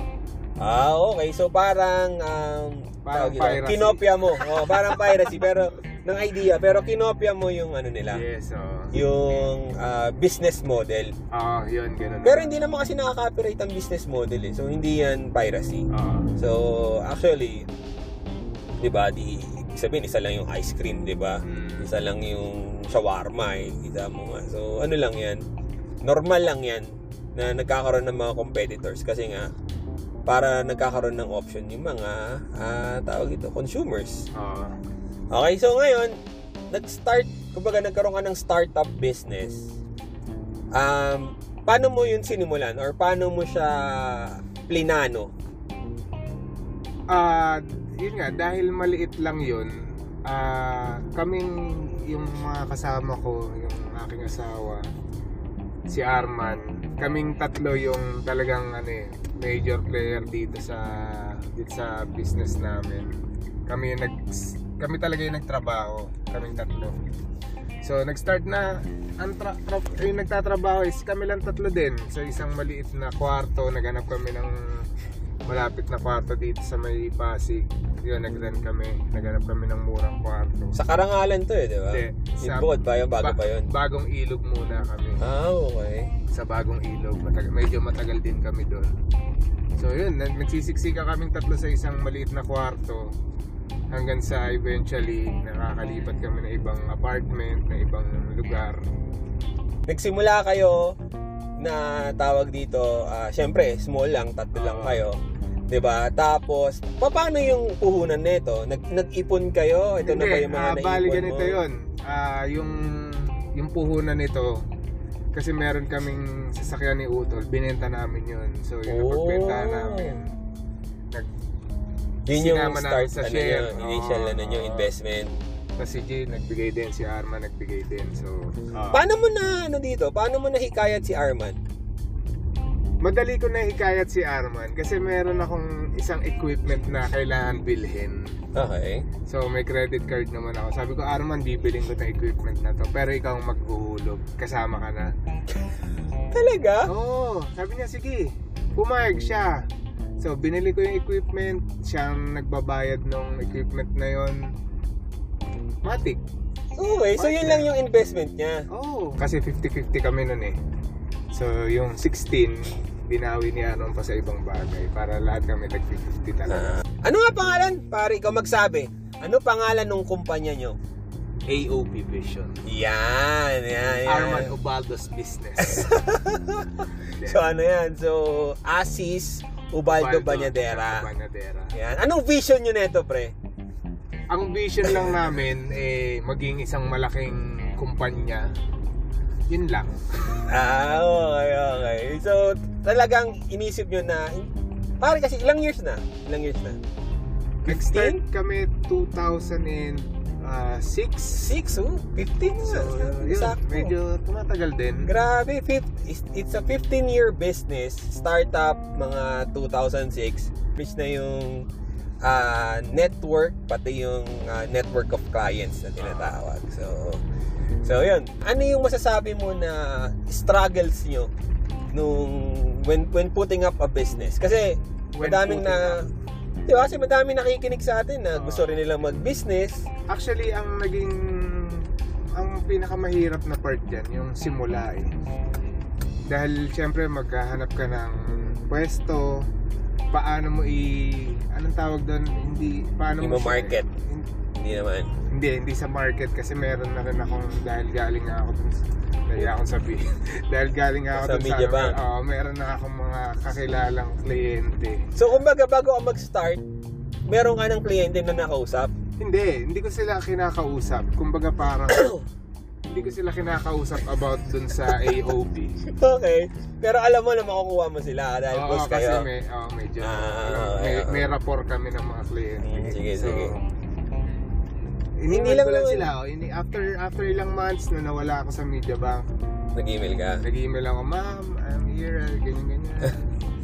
Speaker 2: Ah, okay. So parang um tawag
Speaker 3: Parang
Speaker 2: dito,
Speaker 3: piracy.
Speaker 2: kinopya mo. Oh, parang piracy pero ng idea pero kinopya mo yung ano nila.
Speaker 3: Yes, oo.
Speaker 2: yung ah, business model.
Speaker 3: Oo, yun, ganun.
Speaker 2: Pero hindi naman kasi nakaka-copyright ang business model eh. So hindi yan piracy.
Speaker 3: Oo.
Speaker 2: So, actually, di ba, di, ibig sabihin, isa lang yung ice cream, di ba?
Speaker 3: Mm.
Speaker 2: Isa lang yung shawarma, eh. Kita mo nga. So, ano lang yan? Normal lang yan na nagkakaroon ng mga competitors kasi nga, para nagkakaroon ng option yung mga, ah, tawag ito, consumers.
Speaker 3: Oo.
Speaker 2: Okay, so ngayon, nag-start, kumbaga nagkaroon ka ng startup business. Um, paano mo yun sinimulan or paano mo siya plinano?
Speaker 3: Ah, yun nga, dahil maliit lang yun, ah, kaming yung mga kasama ko, yung aking asawa, si Arman, kaming tatlo yung talagang ano eh, major player dito sa dito sa business namin. Kami yung nag kami talaga yung nagtrabaho, kaming tatlo. So nag-start na ang tra- tra- yung nagtatrabaho is kami lang tatlo din sa isang maliit na kwarto, naghanap kami ng malapit na kwarto dito sa may Pasig. Yun, nag-rent kami. Naghanap kami ng murang kwarto.
Speaker 2: Sa karangalan to eh, di ba?
Speaker 3: Hindi,
Speaker 2: Yung bukod pa yun, bago
Speaker 3: ba-
Speaker 2: pa yun.
Speaker 3: Bagong ilog muna kami.
Speaker 2: Ah, okay.
Speaker 3: Sa bagong ilog. Matag- medyo matagal din kami doon. So yun, nag- nagsisiksika kaming tatlo sa isang maliit na kwarto. Hanggang sa eventually, nakakalipat kami na ibang apartment, na ibang lugar.
Speaker 2: Nagsimula kayo na tawag dito, ah, syempre, small lang, tatlo lang
Speaker 3: Oo.
Speaker 2: kayo. 'Di ba? Tapos, paano yung puhunan nito? Nag, nag-ipon kayo? Ito na ba yung mga
Speaker 3: ah,
Speaker 2: naipon
Speaker 3: bali
Speaker 2: mo?
Speaker 3: ganito yun. Ah, yung, yung puhunan nito, kasi meron kaming sasakyan ni Utol, binenta namin yun. So, yun ang
Speaker 2: Oh.
Speaker 3: pagbenta namin. Nag,
Speaker 2: Yun yung
Speaker 3: Sinama namin
Speaker 2: start
Speaker 3: sa
Speaker 2: sa ano
Speaker 3: share.
Speaker 2: yun, initial
Speaker 3: Oo.
Speaker 2: ano yung investment.
Speaker 3: tapos si Jay nagbigay din, si Arma nagbigay din. So, ah,
Speaker 2: Paano mo na ano dito? Paano mo nahikayat si Arman?
Speaker 3: madali ko na hikayat si Arman kasi meron akong isang equipment na kailangan bilhin.
Speaker 2: Okay.
Speaker 3: So, may credit card naman ako. Sabi ko, Arman, bibiling ko itong equipment na to. Pero ikaw ang maghuhulog. Kasama ka na.
Speaker 2: Talaga?
Speaker 3: Oo, sabi niya, sige, pumayag siya. So, binili ko yung equipment, siyang nagbabayad ng equipment na yon. Matik.
Speaker 2: Okay, so yun lang yung investment niya.
Speaker 3: Oo. Kasi 50-50 kami nun eh. So, yung 16, binawi ni Anon pa sa ibang bagay para lahat kami nag-50 talaga.
Speaker 2: Ano nga pangalan? Pare, ikaw magsabi. Ano pangalan ng kumpanya nyo?
Speaker 3: AOP Vision.
Speaker 2: Yan, yan, yan.
Speaker 3: Arman Ubaldo's business.
Speaker 2: So ano yan? So, Asis <laughs> Ubaldo Banyadera.
Speaker 3: Banyadera.
Speaker 2: Yan. Anong vision nyo neto, pre?
Speaker 3: ang vision lang namin eh maging isang malaking kumpanya. Yun lang.
Speaker 2: Ah, okay, okay. So, talagang inisip nyo na, pare kasi ilang years na? Ilang years na?
Speaker 3: Nag-start kami 2006.
Speaker 2: 6, oh? 15 na.
Speaker 3: So, yun,
Speaker 2: Sakto.
Speaker 3: medyo tumatagal din.
Speaker 2: Grabe, fif- is- it's a 15-year business, startup, mga 2006, which na yung ah, network, pati yung ah, network of clients na tinatawag. So, so yun. Ano yung masasabi mo na struggles nyo nung when when putting up a business? Kasi
Speaker 3: When
Speaker 2: madaming
Speaker 3: putting
Speaker 2: na Di ba? Kasi madami nakikinig sa atin na gusto rin nilang mag-business.
Speaker 3: Actually, ang naging ang pinakamahirap na part dyan, yung simula eh. Dahil syempre maghahanap ka ng pwesto, paano mo i... Anong tawag doon? Hindi, paano mo... siya-
Speaker 2: I-market.
Speaker 3: Hin-
Speaker 2: Hindi naman.
Speaker 3: Hindi, hindi sa market kasi meron na rin akong dahil galing nga ako dun dahil akong sabihin. <laughs> dahil galing nga ako
Speaker 2: Sa
Speaker 3: dun
Speaker 2: media
Speaker 3: ano,
Speaker 2: bank.
Speaker 3: oo, meron na akong mga kakilalang kliyente.
Speaker 2: So, kumbaga, bago ka mag-start, meron ka ng kliyente na nakausap. <laughs>
Speaker 3: Hindi, hindi ko sila kinakausap. Kumbaga
Speaker 2: <coughs>
Speaker 3: parang hindi ko sila kinakausap about dun sa AOB.
Speaker 2: Okay. Pero alam mo na makukuha mo sila dahil
Speaker 3: Oo,
Speaker 2: boss
Speaker 3: kasi
Speaker 2: kayo.
Speaker 3: may, oh, medyo,
Speaker 2: Ah,
Speaker 3: may,
Speaker 2: oo.
Speaker 3: may rapport kami ng mga kliyente.
Speaker 2: Sige, sige. Hindi
Speaker 3: Hindi
Speaker 2: lang
Speaker 3: lang ko lang
Speaker 2: naman-
Speaker 3: sila. Oh. Ini, after, after ilang months na nawala ako sa media bank,
Speaker 2: Nag-email ka.
Speaker 3: nag-email ako, ma'am, I'm here, ah, ganyan,
Speaker 2: <laughs>
Speaker 3: ganyan.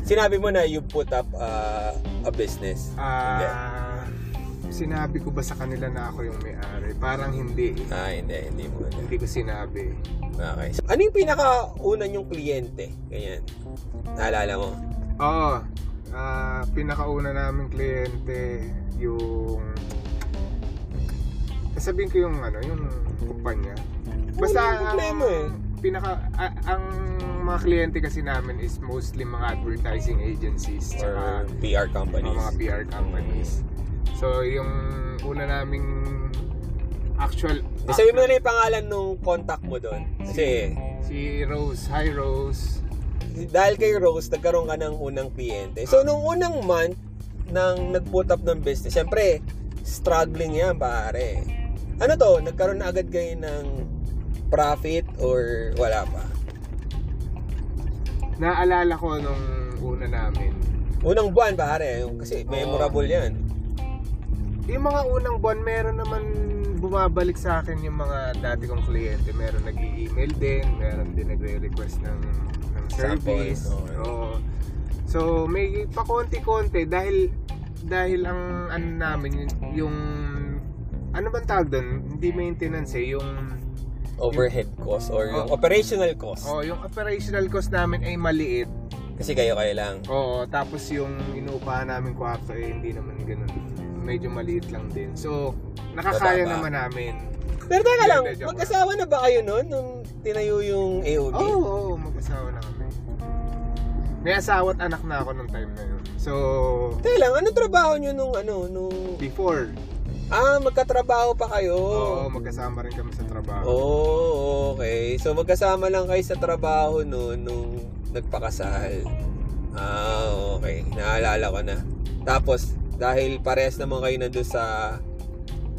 Speaker 2: Sinabi mo na you put up uh, a business.
Speaker 3: Ah, sinabi ko ba sa kanila na ako yung may-ari? Parang hindi.
Speaker 2: Ah, hindi. Hindi mo na.
Speaker 3: Hindi ko sinabi.
Speaker 2: Okay. So, ano yung pinakauna yung kliyente? Ganyan. Naalala mo?
Speaker 3: Oo. Ah, pinakauna naming kliyente yung sasabihin ko yung ano, yung kumpanya. Basta
Speaker 2: Wala yung problema
Speaker 3: ang-
Speaker 2: eh.
Speaker 3: Pinaka a- ang mga kliyente kasi namin is mostly mga advertising agencies
Speaker 2: Or
Speaker 3: tsaka
Speaker 2: PR companies?
Speaker 3: mga PR companies. So yung una naming actual
Speaker 2: Sabi mo na rin yung pangalan nung contact mo doon. Kasi
Speaker 3: si Rose, hi Rose.
Speaker 2: dahil kay Rose, nagkaroon ka ng unang kliyente. So, nung unang month, nang nag-put up ng business, syempre, struggling yan, pare. Ano to? Nagkaroon na agad kayo ng profit or wala pa?
Speaker 3: Naalala ko nung una namin.
Speaker 2: Unang buwan, pare. yung- Kasi memorable yan.
Speaker 3: Yung mga unang buwan, meron naman bumabalik sa akin yung mga dati kong kliyente. Meron nag email din, meron din nagre-request ng, ng service.
Speaker 2: Sample, okay.
Speaker 3: Oo. So, may pakonti-konti dahil dahil ang ano namin yung- yung ano bang tawag doon? Hindi maintenance eh, yung
Speaker 2: Overhead cost or yung
Speaker 3: Oh.
Speaker 2: operational cost.
Speaker 3: oh, yung operational cost namin ay maliit.
Speaker 2: Kasi kayo-kayo lang.
Speaker 3: Oo, tapos yung inuupahan namin kwarto eh, hindi naman ganun. Medyo maliit lang din. So, nakakaya
Speaker 2: Tama.
Speaker 3: naman namin.
Speaker 2: Pero teka lang,
Speaker 3: Hindi, joke
Speaker 2: mag-asawa na ba kayo noon nung tinayo yung AOB?
Speaker 3: Oo, oo, mag-asawa na kami. May asawa at anak na ako nung time na yun. So,
Speaker 2: Teka lang, ano trabaho nyo nung ano, nung...
Speaker 3: before,
Speaker 2: Ah, magkatrabaho pa kayo.
Speaker 3: oo, magkasama rin kami sa trabaho.
Speaker 2: Oh, okay. So magkasama lang kayo sa trabaho noon nung nagpakasal. Ah, okay. Naalala ko na. Tapos, dahil parehas naman kayo nandun sa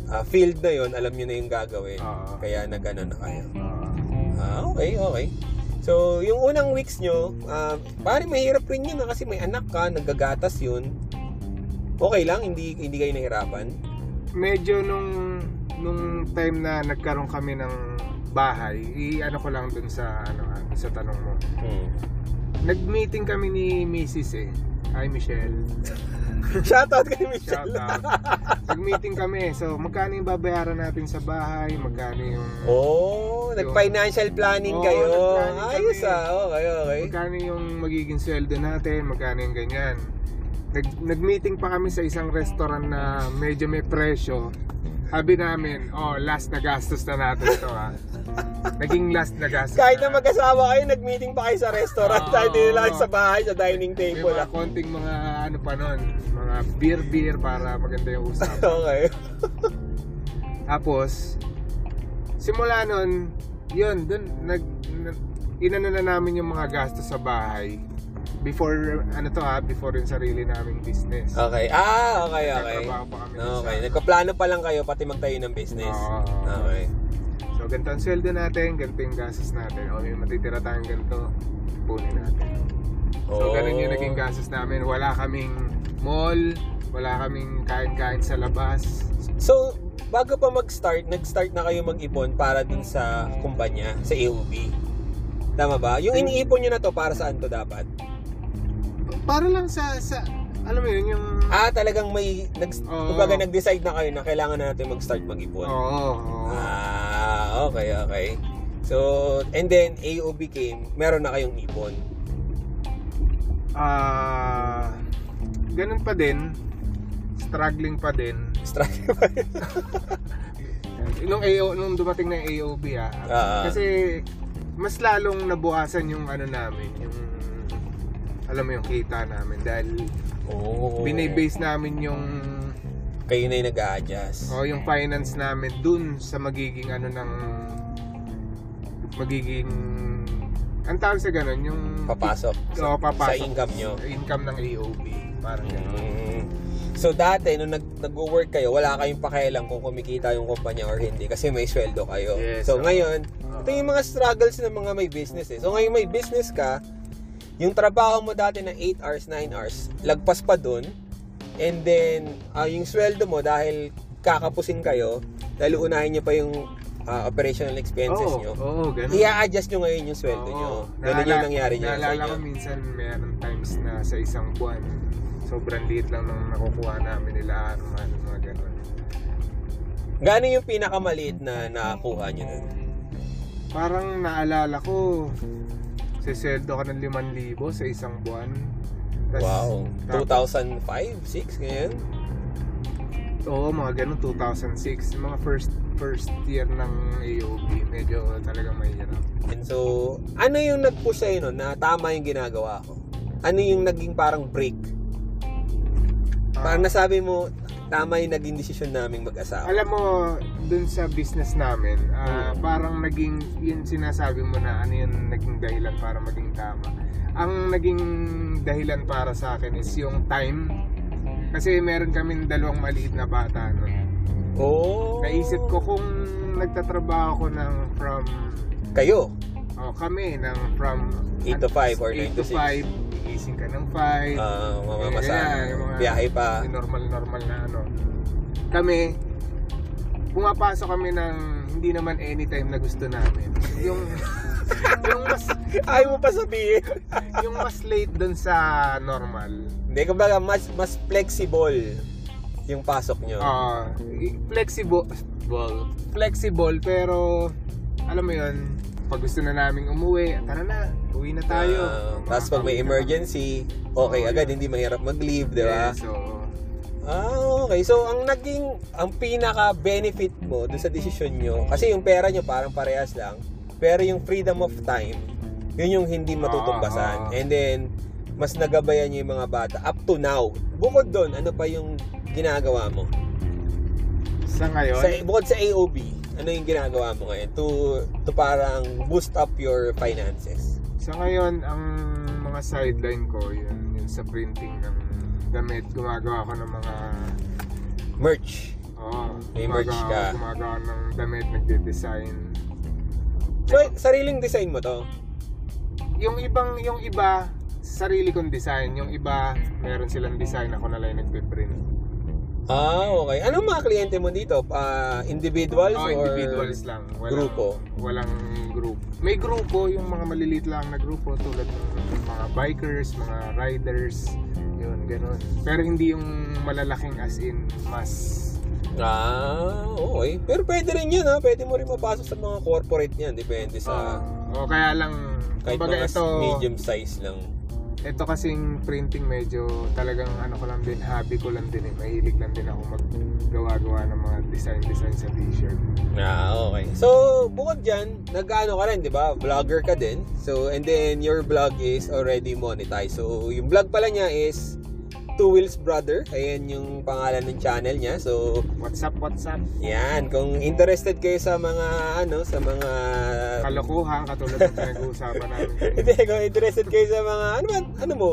Speaker 2: ah, field na yon alam nyo na yung gagawin.
Speaker 3: Oo.
Speaker 2: Kaya nag-ano na kayo.
Speaker 3: Oo.
Speaker 2: Ah, okay, okay. So, yung unang weeks nyo, ah, pare mahirap rin yun ah, kasi may anak ka, naggagatas yun. Okay lang, hindi hindi kayo nahirapan.
Speaker 3: medyo nung nung time na nagkaroon kami ng bahay, i-ano ko lang dun sa ano ah, sa tanong mo.
Speaker 2: Hmm.
Speaker 3: Nag-meeting kami ni Mrs. eh. Hi Michelle.
Speaker 2: <laughs> Shoutout kay Michelle.
Speaker 3: Shout out. Nag-meeting kami. eh. So, magkano yung babayaran natin sa bahay? Magkano yung
Speaker 2: Oh, nag-financial planning
Speaker 3: Oo,
Speaker 2: kayo.
Speaker 3: nag-planning kami.
Speaker 2: Ayos ah, okay, okay.
Speaker 3: magkano yung magiging sweldo natin? Magkano yung ganyan? Nag- nag-meeting pa kami sa isang restaurant na medyo may presyo. Sabi namin, oh, last na gastos na natin to
Speaker 2: <laughs>
Speaker 3: ah. Naging last na gastos.
Speaker 2: Kahit na
Speaker 3: na
Speaker 2: mag-asawa kayo, nag-meeting pa kayo sa restaurant.
Speaker 3: Oo.
Speaker 2: Kahit hindi lang sa bahay, sa dining
Speaker 3: May
Speaker 2: table. ah.
Speaker 3: mga konting mga ano pa nun, mga beer-beer para maganda yung usapan.
Speaker 2: <laughs> Okay.
Speaker 3: Tapos, simula nun, yun, dun, nag, na- inano na namin yung mga gastos sa bahay. Before, ano to ha, before yung sarili naming business.
Speaker 2: Okay. Ah, okay, okay.
Speaker 3: Nagtrabaho pa kami dun sa- ano.
Speaker 2: Okay. Nagpaplano pa lang kayo pati magtayo ng business.
Speaker 3: Oo.
Speaker 2: Okay.
Speaker 3: So, ganito ang sweldo natin, ganito yung gastos natin. O, may matitira tayong ganito, punin natin. So,
Speaker 2: Oo.
Speaker 3: ganun yung
Speaker 2: Oh.
Speaker 3: naging gastos namin. Wala kaming mall, wala kaming kain-kain sa labas.
Speaker 2: So, bago pa mag-start, nag-start na kayo mag-ipon para dun sa kumpanya, sa AOB. Tama ba? Yung iniipon nyo na to, para saan to dapat?
Speaker 3: Para lang sa, sa alam mo yun, yung...
Speaker 2: Ah, talagang may, nag,
Speaker 3: Oo.
Speaker 2: kumbaga nag-decide na kayo na kailangan na natin mag-start mag-ipon.
Speaker 3: Oo, oo.
Speaker 2: Ah, okay, okay. So, and then AOB came, meron na kayong ipon.
Speaker 3: Ah, ganun pa din. Struggling pa din. <laughs>
Speaker 2: Strike pa yun.
Speaker 3: Nung, AO, nung dumating na yung AOB ah.
Speaker 2: Ah.
Speaker 3: Kasi mas lalong nabukasan yung ano namin, yung alam mo yung kita namin dahil
Speaker 2: Oh.
Speaker 3: binibase namin yung
Speaker 2: Kayo na yung nag-a-adjust.
Speaker 3: oh, yung finance namin dun sa magiging ano ng magiging ang tawag sa ganun yung
Speaker 2: Papasok.
Speaker 3: Oo, papasok.
Speaker 2: Sa income nyo.
Speaker 3: income ng AOB parang ganun.
Speaker 2: Mm. So dati, nung nag, nag-work kayo, wala kayong pakialam kung kumikita yung kumpanya or hindi kasi may sweldo kayo.
Speaker 3: Yes,
Speaker 2: so
Speaker 3: oo.
Speaker 2: ngayon, ito yung mga struggles ng mga may business eh. So ngayon may business ka, yung trabaho mo dati na 8 hours, 9 hours, lagpas pa dun. And then, ah, yung sweldo mo dahil kakapusin kayo, dahil unahin nyo pa yung ah, operational expenses
Speaker 3: Oo,
Speaker 2: nyo,
Speaker 3: oo, ganun.
Speaker 2: i-adjust nyo ngayon yung sweldo nyo.
Speaker 3: Oo.
Speaker 2: Ganun yung
Speaker 3: Naalala-
Speaker 2: nangyari nyo sa
Speaker 3: Naalala
Speaker 2: inyo.
Speaker 3: ko minsan meron times na sa isang buwan, sobrang liit lang nung nakukuha namin nila Arman, mga ganun.
Speaker 2: Gano'n yung pinakamaliit na nakakuha nyo nun?
Speaker 3: Parang naalala ko, sisweldo ka ng 5,000 sa isang buwan. Tas-
Speaker 2: Wow.
Speaker 3: Tapos,
Speaker 2: 2005, 6 ngayon.
Speaker 3: oo, mga ganun, 2006. Yung Mga first first year ng AOB, medyo talaga mahirap.
Speaker 2: And so, ano yung nag-push sa'yo nun na tama yung ginagawa ko? Ano yung naging parang break?
Speaker 3: Ah,
Speaker 2: Parang nasabi mo, tama yung naging desisyon naming mag-asawa.
Speaker 3: Alam mo, dun sa business namin, ah,
Speaker 2: Mm.
Speaker 3: parang naging, yun sinasabi mo na ano yun naging dahilan para maging tama. Ang naging dahilan para sa akin is yung time. Kasi meron kami dalawang maliit na bata nun.
Speaker 2: Oh.
Speaker 3: Naisip ko kung nagtatrabaho ko ng from,
Speaker 2: Kayo.
Speaker 3: oh, kami, ng from
Speaker 2: 8 to 5 or 9
Speaker 3: 8 to
Speaker 2: to 6.
Speaker 3: 5, igising ka ng 5,
Speaker 2: Ah, mga
Speaker 3: Ganyan,
Speaker 2: masama.
Speaker 3: Eh, yung mga-
Speaker 2: Biyahe pa.
Speaker 3: Yung normal-normal na ano. Kami, pumapasok kami ng hindi naman anytime na gusto namin. Yung, <laughs> yung mas,
Speaker 2: Ayaw mo pa sabihin. <laughs>
Speaker 3: yung mas late dun sa normal.
Speaker 2: Hindi, kumbaga, mas, mas flexible yung pasok nyo.
Speaker 3: Ah, flexible, flexible, pero, alam mo yun, pag gusto na namin umuwi, tara na, uwi na tayo.
Speaker 2: Ah,
Speaker 3: Mga
Speaker 2: tapos pag may
Speaker 3: kami na-
Speaker 2: emergency, okay
Speaker 3: Oo,
Speaker 2: agad,
Speaker 3: yun.
Speaker 2: hindi mahirap mag-leave, di ba?
Speaker 3: Yeah, so,
Speaker 2: Ah, okay. So, ang naging, ang pinaka-benefit mo dun sa desisyon nyo, kasi yung pera nyo parang parehas lang, pero yung freedom of time, yun yung hindi matutumbasan.
Speaker 3: Ah, ah.
Speaker 2: And then, mas nagabayan nyo yung mga bata up to now. Bukod doon, ano pa yung ginagawa mo?
Speaker 3: sa ngayon,
Speaker 2: Sa, bukod sa AOB, ano yung ginagawa mo ngayon to, to parang boost up your finances?
Speaker 3: Sa ngayon, ang mga sideline ko, yun, sa printing ng damit. Gumagawa ako ng mga...
Speaker 2: Merch.
Speaker 3: Oo.
Speaker 2: May merch
Speaker 3: gumagawa-
Speaker 2: ka.
Speaker 3: Gumagawa ng damit, nagde-design.
Speaker 2: So, sariling design mo to?
Speaker 3: Yung ibang, yung iba, sarili kong design. Yung iba, meron silang design. Ako na lang yung nagpiprint.
Speaker 2: Ah, okay. Anong mga kliyente mo dito? Ah, individuals
Speaker 3: Oh,
Speaker 2: or...
Speaker 3: individuals lang. Walang,
Speaker 2: grupo?
Speaker 3: Walang group. May grupo, yung mga maliliit lang na grupo tulad ng mga bikers, mga riders, yun, ganun. Pero hindi yung malalaking as in mas...
Speaker 2: Ah, okay. Pero pwede rin yun ha. Pwede mo rin mapasok sa mga corporate yan. Depende sa...
Speaker 3: o kaya lang,
Speaker 2: kahit
Speaker 3: Ah. kumbaga
Speaker 2: mga
Speaker 3: ito,
Speaker 2: medium size lang.
Speaker 3: ito kasing printing medyo talagang ano ko lang din, hobby ko lang din eh. Mahilig lang din ako maggawa-gawa ng mga design-design sa t-shirt.
Speaker 2: Ah, okay. So, bukod dyan, nag-ano ka rin, di ba? Vlogger ka din. So, and then your vlog is already monetized. So, yung vlog pala niya is Two Wheels Brother. Ayan yung pangalan ng channel niya. So,
Speaker 3: What's up, what's up?
Speaker 2: yan. Kung interested kayo sa mga, ano, sa mga...
Speaker 3: Kalokohan, katulad ng pinag-uusapan
Speaker 2: <laughs>
Speaker 3: namin.
Speaker 2: Hindi, kung interested kayo sa mga, ano ba, ano mo?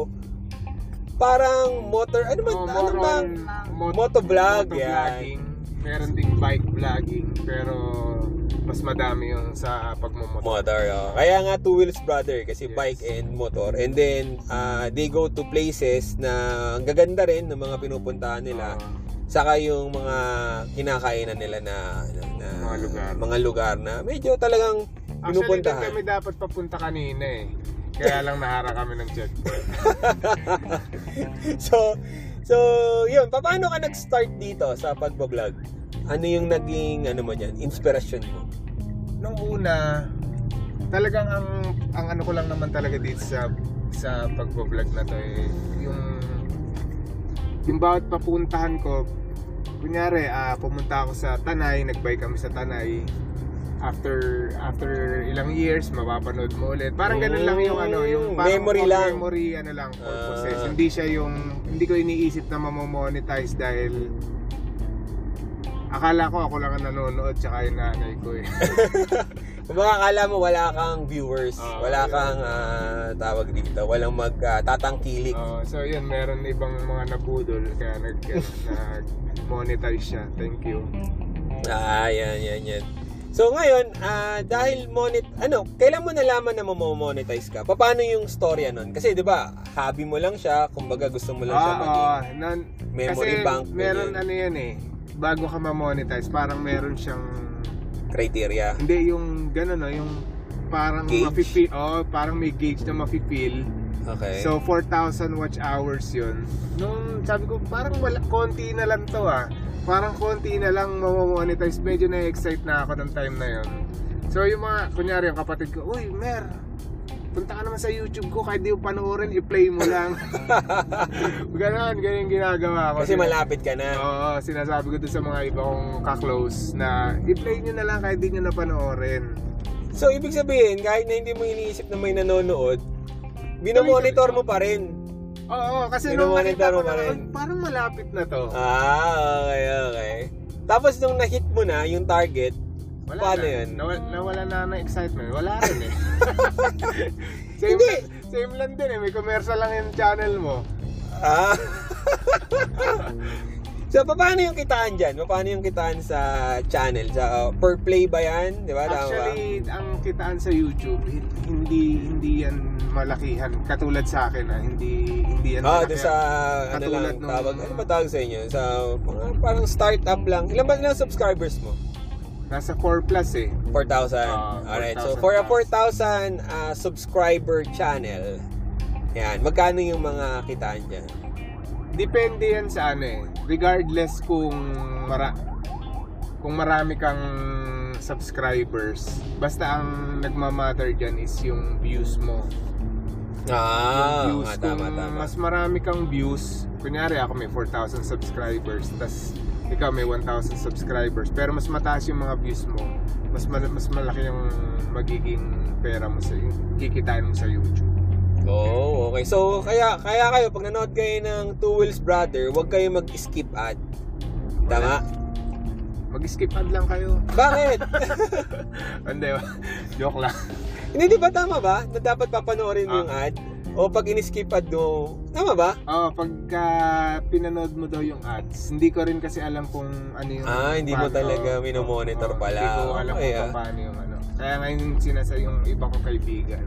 Speaker 2: Parang motor, ano ba,
Speaker 3: Oh,
Speaker 2: ano
Speaker 3: more
Speaker 2: bang?
Speaker 3: on mot-
Speaker 2: Motovlog, yan.
Speaker 3: motovlogging. Meron ding bike vlogging, pero mas madami yung sa pagmumotor.
Speaker 2: Motor, oh. Kaya nga two wheels brother kasi
Speaker 3: Yes.
Speaker 2: bike and motor. And then ah, they go to places na ang gaganda rin ng mga pinupuntahan nila.
Speaker 3: Ah.
Speaker 2: Saka yung mga kinakainan nila na, na, na-
Speaker 3: Mga lugar.
Speaker 2: mga lugar na medyo talagang
Speaker 3: Oh. actually, doon
Speaker 2: pinupuntahan.
Speaker 3: kami dapat papunta kanina eh. Kaya lang nahara kami ng checkpoint.
Speaker 2: <laughs> so, so yun, paano ka nag-start dito sa pagbablog? Ano yung naging ano mo diyan, inspiration mo?
Speaker 3: Nung una, talagang ang ang ano ko lang naman talaga dito sa sa pagbo-vlog na to eh, yung yung bawat papuntahan ko kunyari ah, pumunta ako sa Tanay nagbike kami sa Tanay after after ilang years mapapanood mo ulit parang ganun lang yung ano yung
Speaker 2: Mm,
Speaker 3: parang
Speaker 2: memory
Speaker 3: pang-
Speaker 2: lang.
Speaker 3: memory ano lang for
Speaker 2: Ah.
Speaker 3: process. hindi siya yung hindi ko iniisip na mamomonetize dahil akala ko ako lang ang nanonood tsaka yung nanay ko eh
Speaker 2: Kung makakala mo wala kang viewers,
Speaker 3: Ah,
Speaker 2: wala
Speaker 3: yun.
Speaker 2: kang ah, tawag dito, walang ah, magtatangkilik.
Speaker 3: Oo, so yun, meron ibang mga nabudol kaya nag, ano, nag-monetize siya. Thank you.
Speaker 2: Ah, yan, yan, yan. So ngayon, ah, dahil monet ano, kailan mo nalaman na mo-monetize ka? Paano yung storya nun? Kasi 'di ba, hobby mo lang siya, kumbaga gusto mo lang siya
Speaker 3: Ah,
Speaker 2: maging
Speaker 3: oo, nan-
Speaker 2: memory
Speaker 3: kasi
Speaker 2: bank,
Speaker 3: meron
Speaker 2: ganyan.
Speaker 3: ano yan eh, bago ka ma-monetize, parang meron siyang,
Speaker 2: criteria.
Speaker 3: hindi yung gano'n no, yung parang
Speaker 2: Gauge?
Speaker 3: mapipi- oh, parang may gauge na mafe-feel.
Speaker 2: Okay.
Speaker 3: So 4,000 watch hours yun. Nung sabi ko, parang wala, konti na lang to ah. Parang konti na lang mamamonetize. Medyo na-excite na ako ng time na yun. So yung mga, kunyari yung kapatid ko, Uy, Mer, punta ka naman sa YouTube ko kahit di mo panoorin, i-play mo
Speaker 2: <laughs>
Speaker 3: lang. ganon, ganyan yung ginagawa ko.
Speaker 2: kasi
Speaker 3: Sina-
Speaker 2: malapit ka na.
Speaker 3: Oo, sinasabi ko to sa mga iba kong kaklose na i-play nyo na lang kahit di nyo na panoorin.
Speaker 2: So ibig sabihin, kahit na hindi mo iniisip na may nanonood, binomonitor mo pa rin.
Speaker 3: Oo, kasi
Speaker 2: Hindi mo
Speaker 3: nung
Speaker 2: monitor
Speaker 3: nakita
Speaker 2: mo
Speaker 3: ko na,
Speaker 2: pa rin.
Speaker 3: "Ay, parang malapit na to.
Speaker 2: Ah, okay, okay. Tapos nung na-hit mo na yung target,
Speaker 3: Wala
Speaker 2: Paano
Speaker 3: na.
Speaker 2: yun?
Speaker 3: Nawala, nawala na ng excitement. Wala rin
Speaker 2: <laughs>
Speaker 3: eh. same,
Speaker 2: Hindi.
Speaker 3: Same lang din eh. May commercial lang yung channel mo.
Speaker 2: Ah. <laughs> so, paano yung kitaan dyan? Paano yung kitaan sa channel? Sa, uh, per play ba yan? Di ba? Tama ba?
Speaker 3: Actually, ang kitaan sa YouTube, hin- hindi hindi yan malakihan. Katulad sa akin ah. Hindi, hindi yan
Speaker 2: Ah, doon sa, ano
Speaker 3: Katulad
Speaker 2: lang,
Speaker 3: nung-
Speaker 2: tawag, ano ba tawag sa inyo? Sa, mga parang startup lang. Ilan ba lang subscribers mo?
Speaker 3: Nasa 4 plus eh.
Speaker 2: 4,000.
Speaker 3: Ah,
Speaker 2: Alright,
Speaker 3: 4,000
Speaker 2: so for a
Speaker 3: plus.
Speaker 2: 4,000 ah, subscriber channel, yan, magkano yung mga kitaan dyan?
Speaker 3: Depende yan sa ano eh. Regardless kung mara kung marami kang subscribers. Basta ang nagmamatter dyan is yung views mo.
Speaker 2: Ah,
Speaker 3: views.
Speaker 2: nga,
Speaker 3: kung
Speaker 2: tama, tama.
Speaker 3: mas marami kang views, kunyari ako may 4,000 subscribers, tas ikaw may 1,000 subscribers, pero mas mataas yung mga views mo, mas mal- mas malaki yung magiging pera mo sa kikitain mo sa YouTube.
Speaker 2: Oh, okay. So, kaya kaya kayo, pag nanood kayo ng Two Wheels Brother, huwag kayo mag-skip ad. Tama?
Speaker 3: Mag-skip ad lang kayo. <laughs>
Speaker 2: Bakit? <laughs>
Speaker 3: Hindi, joke lang. Ah.
Speaker 2: Hindi, di ba tama ba? Na dapat papanoorin mo yung ad? O pag in-skip ad do, tama ba?
Speaker 3: Oh, pagka pinanood mo daw yung ads, hindi ko rin kasi alam kung ano yung...
Speaker 2: Ah, hindi mo
Speaker 3: paano-
Speaker 2: talaga minomonitor
Speaker 3: Oo,
Speaker 2: pala.
Speaker 3: Hindi ko alam
Speaker 2: Okay,
Speaker 3: kung
Speaker 2: ah.
Speaker 3: paano yung ano. Kaya ngayon sinasa yung iba kong kaibigan.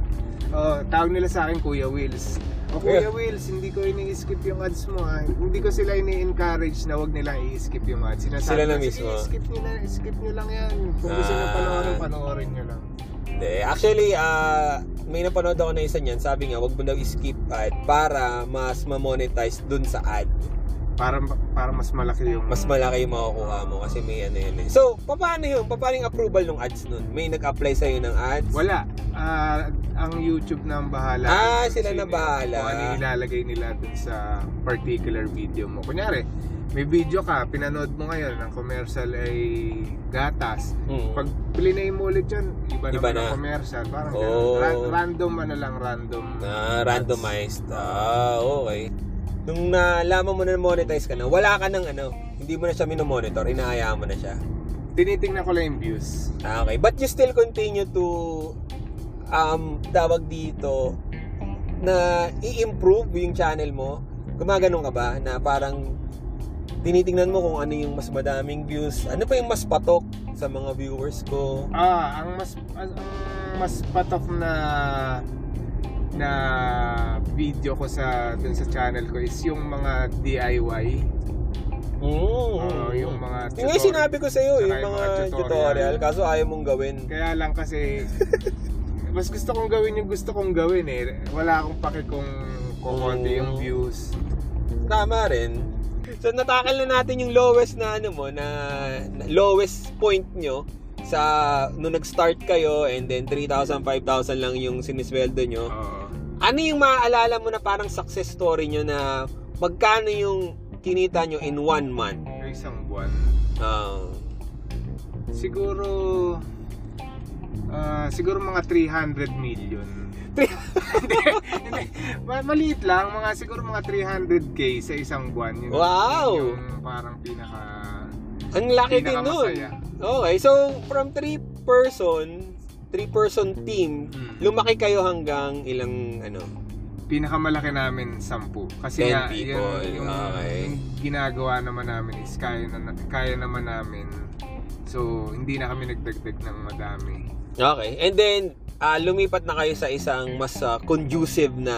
Speaker 3: Oh, tawag nila sa akin Kuya Wills. O Kuya Wills, hindi ko ini-skip yung ads mo ah. Hindi ko sila ini-encourage na wag nila i-skip yung ads. Sinasabi
Speaker 2: Sila na
Speaker 3: ko, "Sige,
Speaker 2: mismo."
Speaker 3: skip nyo na, skip nyo lang yan. Kung gusto nyo
Speaker 2: Ah.
Speaker 3: panoorin, panoorin nyo lang.
Speaker 2: Hindi. Actually, ah, may napanood ako na isa niyan. Sabi nga, wag mo daw skip ad para mas ma-monetize dun sa ad.
Speaker 3: Para, para mas malaki yung...
Speaker 2: Mas malaki yung makukuha mo kasi may ano yun eh. So, paano yun? Paano yung approval ng ads nun? May nag-apply sa'yo ng ads?
Speaker 3: Wala. Ah, ang YouTube na ang bahala.
Speaker 2: Ah,
Speaker 3: Kung
Speaker 2: sila na
Speaker 3: sino yun.
Speaker 2: bahala.
Speaker 3: Kung ano yung ilalagay nila dun sa particular video mo. Kunyari, may video ka, pinanood mo ngayon, ang commercial ay gatas.
Speaker 2: Hmm.
Speaker 3: Pag plinay mo ulit yun, iba,
Speaker 2: Iba
Speaker 3: naman
Speaker 2: na.
Speaker 3: ang commercial. Parang
Speaker 2: Oo.
Speaker 3: ganun. Ra- random, ano lang, random.
Speaker 2: Na randomized. Ah, okay. Nung nalaman mo na monetize ka na, wala ka ng ano, hindi mo na siya minomonitor, inaayaan mo na siya.
Speaker 3: Tinitingnan ko lang yung views.
Speaker 2: Ah, Okay, but you still continue to um tawag dito na i-improve yung channel mo. Gumaganong ka ba na parang tinitingnan mo kung ano yung mas madaming views, ano pa yung mas patok sa mga viewers ko.
Speaker 3: Ah, ang mas ang ang mas patok na na video ko sa dun sa channel ko is yung mga DIY. Oo, yung mga
Speaker 2: Ah, Yung nga
Speaker 3: tutorial.
Speaker 2: sinabi ko sa iyo,
Speaker 3: Saka
Speaker 2: yung mga tutorial, kaso ayaw mong gawin.
Speaker 3: Kaya lang kasi mas gusto kong gawin yung gusto kong gawin eh. Wala akong pake kung kung
Speaker 2: Oo.
Speaker 3: konti yung views.
Speaker 2: Tama rin. So natakal na natin yung lowest na ano mo na na- lowest point nyo sa nung nag-start kayo and then 3,000 5,000 lang yung sinisweldo nyo.
Speaker 3: Oo.
Speaker 2: Ano yung maaalala mo na parang success story nyo na magkano yung kinita nyo in one month?
Speaker 3: Yung isang buwan.
Speaker 2: Ah,
Speaker 3: Siguro ah, siguro mga 300
Speaker 2: <laughs>
Speaker 3: million. Hindi, hindi. Ma- Maliit lang, mga siguro mga 300k sa isang buwan. Yun,
Speaker 2: Wow!
Speaker 3: yun yung parang pinaka
Speaker 2: ang laki din nun.
Speaker 3: pinakamasaya.
Speaker 2: Okay, so from three person, three person team,
Speaker 3: Mm.
Speaker 2: lumaki kayo hanggang ilang ano?
Speaker 3: Pinakamalaki namin 10
Speaker 2: 10
Speaker 3: kasi nga,
Speaker 2: people,
Speaker 3: yun, yung,
Speaker 2: okay.
Speaker 3: yung ginagawa naman namin is kaya na kaya naman namin. So hindi na kami nagdagdag ng madami.
Speaker 2: Okay. And then, ah, lumipat na kayo sa isang mas ah, conducive na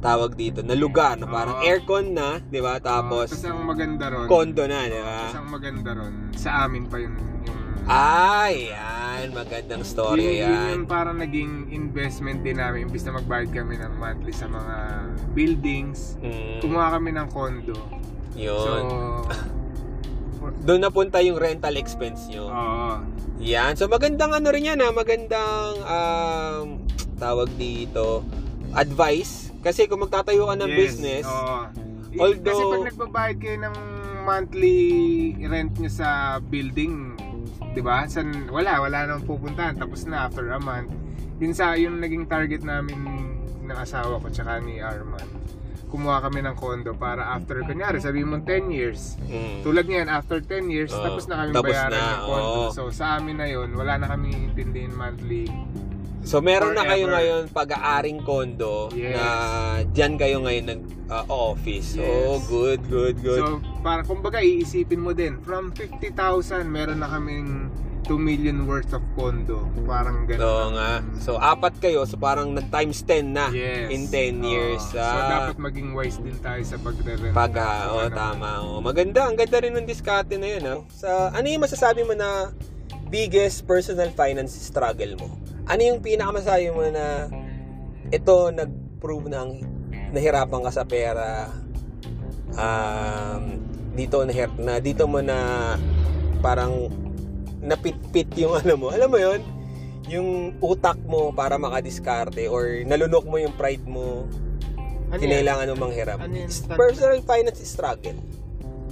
Speaker 2: tawag dito, na lugar. Na parang
Speaker 3: Oo.
Speaker 2: aircon na, di ba?
Speaker 3: Ah,
Speaker 2: Tapos,
Speaker 3: ang maganda ron.
Speaker 2: condo na, di ba?
Speaker 3: tas ang maganda ron. Sa amin pa yun yung
Speaker 2: Ah, Ay, yan. Magandang story
Speaker 3: yun, yun
Speaker 2: yan.
Speaker 3: yung parang naging investment din namin. Imbis na magbayad kami ng monthly sa mga buildings,
Speaker 2: Mm,
Speaker 3: kumuha kami ng condo. So,
Speaker 2: yun. Doon napunta yung rental expense nyo.
Speaker 3: oo.
Speaker 2: Yan. So magandang ano rin yan ha, magandang um, tawag dito, advice. Kasi kung magtatayo ka ng
Speaker 3: Yes, Ah.
Speaker 2: business,
Speaker 3: oo. I-
Speaker 2: Although-
Speaker 3: Kasi pag nagbabayad kayo ng monthly rent nyo sa building, di ba? San, wala, wala nang pupuntahan. Tapos na after a month. Yun sa yung naging target namin ng asawa ko tsaka ni Arman. Kumuha kami ng condo para after, kunyari, sabihin mo 10 years,
Speaker 2: mm,
Speaker 3: Tulad niyan, after 10 years,
Speaker 2: Oo.
Speaker 3: tapos na kami
Speaker 2: Tapos
Speaker 3: bayaran
Speaker 2: na,
Speaker 3: ng condo.
Speaker 2: oo.
Speaker 3: So, sa amin na yun, wala na kami intindihin monthly.
Speaker 2: So meron na kayo
Speaker 3: Forever.
Speaker 2: ngayon pag-aaring kondo
Speaker 3: Yes.
Speaker 2: na diyan kayo ngayon nag-office. Oh,
Speaker 3: Yes.
Speaker 2: good, good, good.
Speaker 3: So, para kumbaga, iisipin mo din, from 50,000, meron na kaming 2 million worth of condo. Parang
Speaker 2: So,
Speaker 3: ganun.
Speaker 2: nga. So apat kayo, so parang nag times 10 na
Speaker 3: yes.
Speaker 2: in 10
Speaker 3: Oo.
Speaker 2: years.
Speaker 3: so,
Speaker 2: ah,
Speaker 3: dapat maging wise din tayo sa pagre-rent.
Speaker 2: pag ah, oh, tama. Oh, maganda, ang ganda rin ng diskarte na 'yun, ah. Sa ano 'yung masasabi mo na biggest personal finance struggle mo? Ano 'yung pinakamasabi mo na ito nag-prove ng nahirapan ka sa pera? Um, dito na na dito mo na parang napitpit yung <laughs> ano mo. Alam mo 'yun? Yung utak mo para makadiskarte or nalunok mo yung pride mo
Speaker 3: Ano yan?
Speaker 2: kinailangan mo manghiram.
Speaker 3: Ano yun?
Speaker 2: It's Personal finance struggle.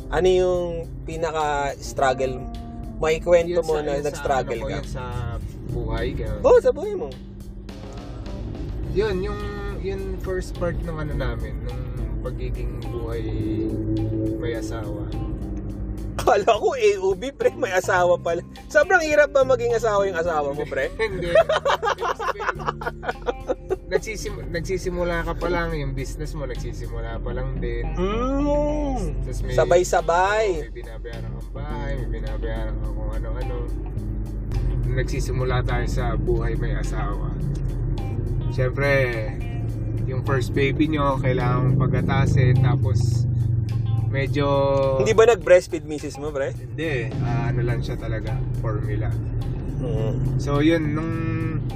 Speaker 2: Ano yung pinaka-struggle? May kwento
Speaker 3: Yun
Speaker 2: mo
Speaker 3: sa-
Speaker 2: na
Speaker 3: yun sa
Speaker 2: nag-struggle
Speaker 3: ano ko,
Speaker 2: ka. Oh!
Speaker 3: yun sa buhay. ganun.
Speaker 2: Oo, sa buhay mo.
Speaker 3: Yun, yung yun first part ng ano namin, ng pagiging buhay may asawa.
Speaker 2: Kala ko AOB, pre. May asawa pala. <laughs> Sobrang hirap ba maging asawa yung asawa mo, pre?
Speaker 3: Hindi. Ibig sabihin, nagsisim- nagsisimula ka pa lang, yung business mo nagsisimula pa lang din.
Speaker 2: Mm.
Speaker 3: Tapos may,
Speaker 2: Sabay-sabay.
Speaker 3: may binabayaran kang bahay, may binabayaran kang kung ano-ano. Nagsisimula tayo sa buhay may asawa. Siyempre, yung first baby nyo, kailangan pagatasin. Tapos, medyo...
Speaker 2: Hindi ba nag-breastfeed misis mo, pre?
Speaker 3: Hindi, ah, ano lang siya talaga, formula.
Speaker 2: Hmm.
Speaker 3: So yun, nung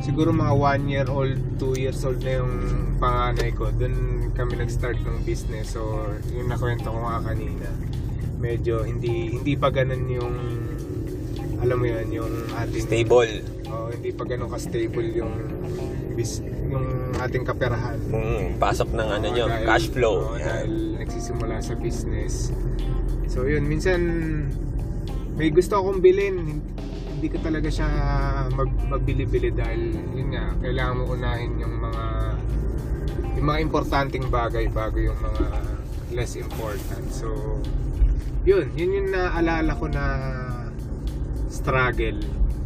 Speaker 3: siguro mga 1 year old, 2 years old na yung panganay ko, dun kami nag-start ng business or yung nakwento ko nga kanina. Medyo hindi hindi pa ganun yung alam mo yun, yung ating
Speaker 2: Stable.
Speaker 3: oh, hindi pa ganun ka-stable yung bis, yung ating kaperahan.
Speaker 2: Mm, pasok ng ano
Speaker 3: Oo,
Speaker 2: nyo,
Speaker 3: dahil-
Speaker 2: cash flow.
Speaker 3: oo,
Speaker 2: Yan.
Speaker 3: dahil nagsisimula sa business. So yun, minsan may gusto akong bilhin, hindi ko talaga siya mag, magbili-bili dahil yun nga, kailangan mo unahin yung mga yung mga importanteng bagay bago yung mga less important. So yun, yun yung naalala ko na struggle.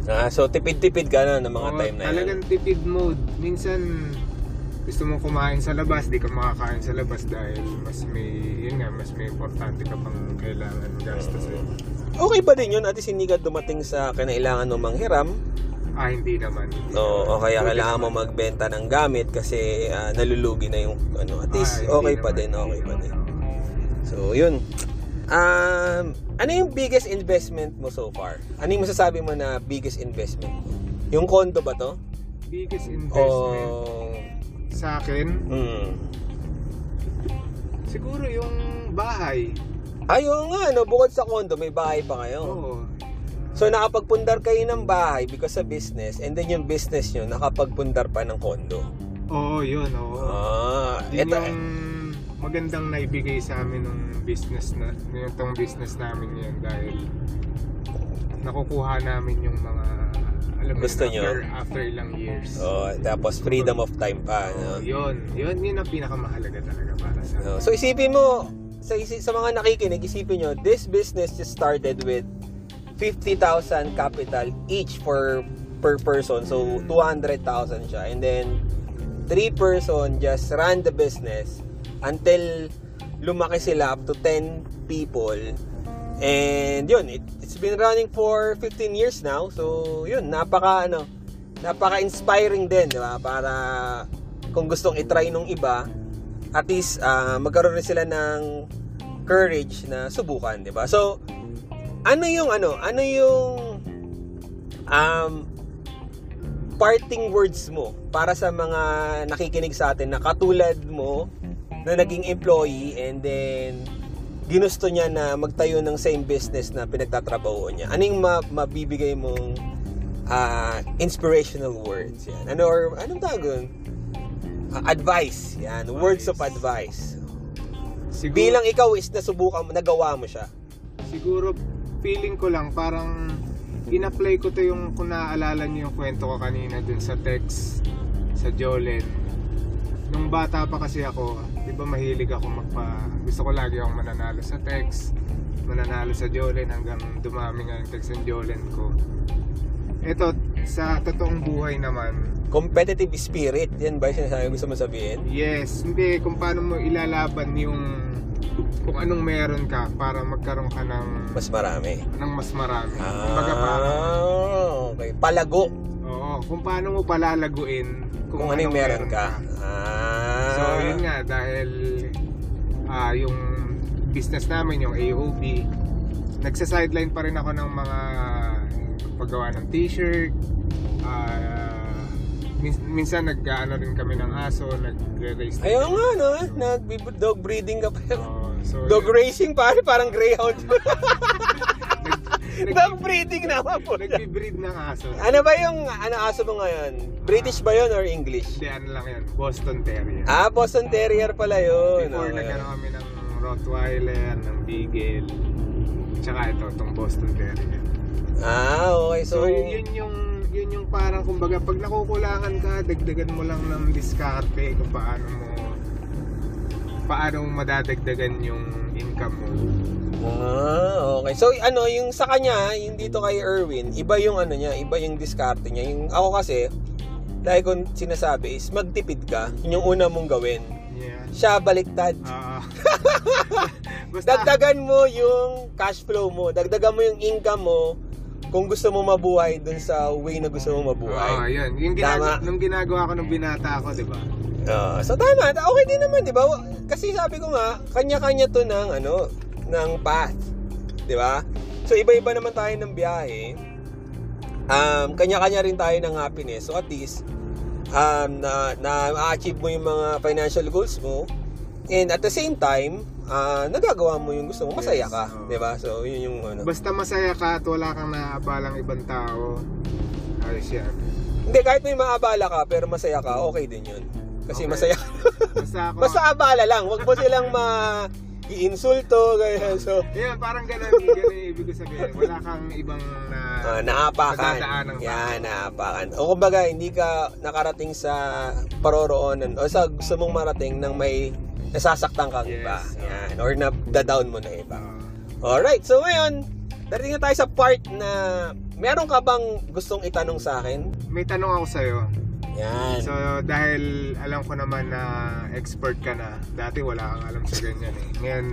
Speaker 2: Ah, so tipid-tipid ka na ng mga
Speaker 3: Oo,
Speaker 2: time na yun.
Speaker 3: Talagang tipid mode. Minsan, gusto mong kumain sa labas, di ka makakain sa labas dahil mas may, yun nga, mas may importante ka pang kailangan gastos. eh.
Speaker 2: Okay pa din yun, at least hindi ka dumating sa kinailangan mo manghiram.
Speaker 3: Ah, hindi naman. Hindi
Speaker 2: No,
Speaker 3: naman.
Speaker 2: o kaya
Speaker 3: Pwede
Speaker 2: kailangan mo
Speaker 3: naman.
Speaker 2: magbenta ng gamit kasi ah, nalulugi na yung ano. At
Speaker 3: Ah,
Speaker 2: least
Speaker 3: hindi
Speaker 2: okay pa
Speaker 3: naman,
Speaker 2: din,
Speaker 3: hindi
Speaker 2: okay pa
Speaker 3: naman.
Speaker 2: din. So, yun. Um, ano yung biggest investment mo so far? Ano yung masasabi mo na biggest investment mo? Yung kondo ba to?
Speaker 3: Biggest investment
Speaker 2: O...
Speaker 3: sa akin,
Speaker 2: Mm.
Speaker 3: siguro yung bahay.
Speaker 2: Ayun Ah, nga, no, bukod sa kondo, may bahay pa kayo.
Speaker 3: Oo.
Speaker 2: So, nakapagpundar kayo ng bahay because sa business and then yung business nyo, nakapagpundar pa ng kondo.
Speaker 3: Oo, yun, oo.
Speaker 2: Ah,
Speaker 3: yun
Speaker 2: eto,
Speaker 3: yung magandang naibigay sa amin ng business na, yung tong business namin yan dahil nakukuha namin yung mga alam mo
Speaker 2: Gusto
Speaker 3: yun,
Speaker 2: nyo?
Speaker 3: after, after ilang years.
Speaker 2: Oh, tapos freedom of time pa,
Speaker 3: Oo,
Speaker 2: no?
Speaker 3: yun, yun, yun ang pinakamahalaga talaga para sa
Speaker 2: No. So isipin mo, sa, isi- sa mga nakikinig, isipin nyo, this business just started with 50,000 capital each for per person. So 200,000 siya. And then, three person just ran the business until lumaki sila up to 10 people. And yun, it, it's been running for 15 years now. So yun, napaka ano, napaka-inspiring din, di ba? Para kung gustong itry nung iba, at least ah, magkaroon rin sila ng courage na subukan, di ba? So, ano yung ano, ano yung um, parting words mo para sa mga nakikinig sa atin na katulad mo na naging employee and then ginusto niya na magtayo ng same business na pinagtatrabaho niya. Ano yung ma- mabibigay mong ah, inspirational words? Yan. Ano or anong tawag doon? Ah, advice. Yan. Words of advice.
Speaker 3: Siguro,
Speaker 2: Bilang ikaw is nasubukan mo, nagawa mo siya.
Speaker 3: siguro feeling ko lang parang in-apply ko to yung kung naaalala niyo yung kwento ko kanina dun sa text sa Jolen. Nung bata pa kasi ako, 'di ba mahilig ako magpa gusto ko lagi akong mananalo sa text, mananalo sa Jolen hanggang dumami nga yung text ng Jolen ko. Ito, sa totoong buhay naman,
Speaker 2: Competitive spirit. Yan ba yung sinasabi gusto mo sabihin?
Speaker 3: Yes, hindi kung paano mo ilalaban yung kung anong meron ka para magkaroon ka ng
Speaker 2: Mas marami.
Speaker 3: ng mas marami. Kumbaga parang,
Speaker 2: Ah, okay. Palago.
Speaker 3: oo, kung paano mo palalaguin
Speaker 2: Kung, ano yung
Speaker 3: anong
Speaker 2: meron ka. Ah.
Speaker 3: So, yun nga dahil ah yung business namin, yung AOB, nagsa-sideline pa rin ako ng mga paggawa ng t-shirt. ah min- minsan nag-ano rin kami ng aso, nag-raise ng
Speaker 2: Ayun nga, no? Nag-dog breeding ka pa.
Speaker 3: Oo, so,
Speaker 2: Dog
Speaker 3: yun.
Speaker 2: racing pare, parang
Speaker 3: <laughs>
Speaker 2: greyhound.
Speaker 3: Nag-
Speaker 2: dog breeding naman po.
Speaker 3: Nagbi-breed ng aso.
Speaker 2: Ano ba yung ano aso mo ngayon? British ba yun or English?
Speaker 3: Hindi, ano lang yan. Boston Terrier.
Speaker 2: Ah, Boston Terrier pala yun. ah,
Speaker 3: Before
Speaker 2: Okay.
Speaker 3: nagkaroon kami ng Rottweiler, ng Beagle, tsaka ito, itong Boston Terrier.
Speaker 2: Ah, okay. So,
Speaker 3: So, yun yung yun yung parang kumbaga pag nakukulangan ka, dagdagan mo lang ng diskarte kung paano mo paano mo madadagdagan yung income mo.
Speaker 2: Ah, okay. So, ano, yung sa kanya, yung dito kay Erwin, iba yung ano niya, iba yung diskarte niya. Yung ako kasi, Lagi kong sinasabi is, magtipid ka. Yun yung una mong gawin.
Speaker 3: Yeah.
Speaker 2: Siya baliktad.
Speaker 3: Ah. <laughs> basta,
Speaker 2: Dagdagan mo yung cash flow mo. Dagdagan mo yung income mo kung gusto mo mabuhay dun sa way na gusto mo
Speaker 3: Oo,
Speaker 2: mabuhay.
Speaker 3: yun. Yung ginagawa,
Speaker 2: Tama.
Speaker 3: nung ginagawa ko nung binata ako, di ba?
Speaker 2: Ah, so tama, okay din naman, 'di ba? Kasi sabi ko nga, kanya-kanya 'to ng ano, ng path. 'Di ba? So iba-iba naman tayo ng biyahe. Um, kanya-kanya rin tayo ng happiness. So at least um na na-achieve mo yung mga financial goals mo and at the same time, ah, nagagawa mo yung gusto mo, masaya
Speaker 3: Yes,
Speaker 2: ka,
Speaker 3: oo.
Speaker 2: 'di ba? So 'yun yung ano.
Speaker 3: Basta masaya ka at wala kang naabalang ibang tao. Ayos yan.
Speaker 2: Hindi, kahit may maabala ka, pero masaya ka, okay din yun. Kasi
Speaker 3: Okay.
Speaker 2: masaya <laughs>
Speaker 3: Basta ako.
Speaker 2: Basta abala lang, wag mo silang ma iinsulto ganyan. So,
Speaker 3: Ayun, parang ganun, ganun yung ibig ko sabihin. Wala kang ibang na...
Speaker 2: ah, naapakan.
Speaker 3: Pagdadaanan ka.
Speaker 2: Yan, naapakan. O kumbaga, hindi ka nakarating sa paroroonan o sa gusto mong marating ng may nasasaktan kang
Speaker 3: Yes.
Speaker 2: iba. Yan, or na down mo na iba.
Speaker 3: Ah,
Speaker 2: Alright, so ngayon, darating na tayo sa part na meron ka bang gustong itanong sa akin?
Speaker 3: may tanong ako sa'yo.
Speaker 2: Yan.
Speaker 3: So, dahil alam ko naman na expert ka na. Dati wala kang alam sa ganyan eh. Ngayon,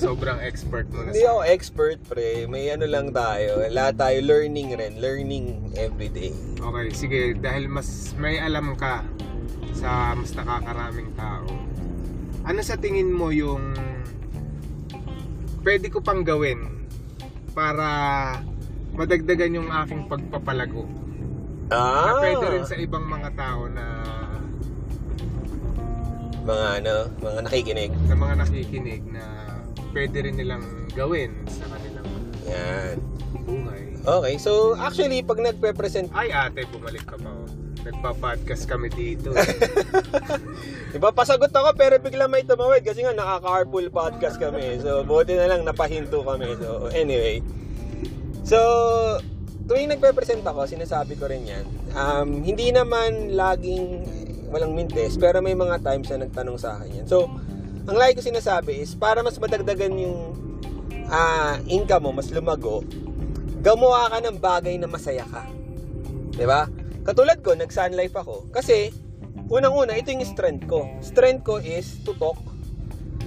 Speaker 3: sobrang expert mo na
Speaker 2: Hindi ako expert, pre. May ano lang tayo. Lahat tayo learning rin. Learning everyday.
Speaker 3: Okay, sige. Dahil mas may alam ka sa mas nakakaraming tao. Ano sa tingin mo yung pwede ko pang gawin para madagdagan yung aking pagpapalago? Na
Speaker 2: Ah!
Speaker 3: pwede rin sa ibang mga tao na
Speaker 2: mga ano, mga nakikinig.
Speaker 3: na mga nakikinig na pwede rin nilang gawin sa kanilang
Speaker 2: Yan.
Speaker 3: buhay.
Speaker 2: Okay, so actually pag nagpe-present,
Speaker 3: Ay ate, bumalik ka pa. Oh. Nagpa-podcast kami dito. eh.
Speaker 2: 'di ba pasagot ako pero bigla may tumawid kasi nga nakaka-carpool podcast kami. So buti na lang napahinto kami. So anyway. So tuwing nagpe-present ako, sinasabi ko rin 'yan. Um, hindi naman laging walang mintes, pero may mga times na nagtanong sa akin 'yan. So ang lagi ko sinasabi is para mas madagdagan yung ah, income mo, mas lumago, gumawa ka ng bagay na masaya ka. 'Di ba? Diba? Katulad ko, nag-sun life ako kasi unang-una, ito yung strength ko. Strength ko is to talk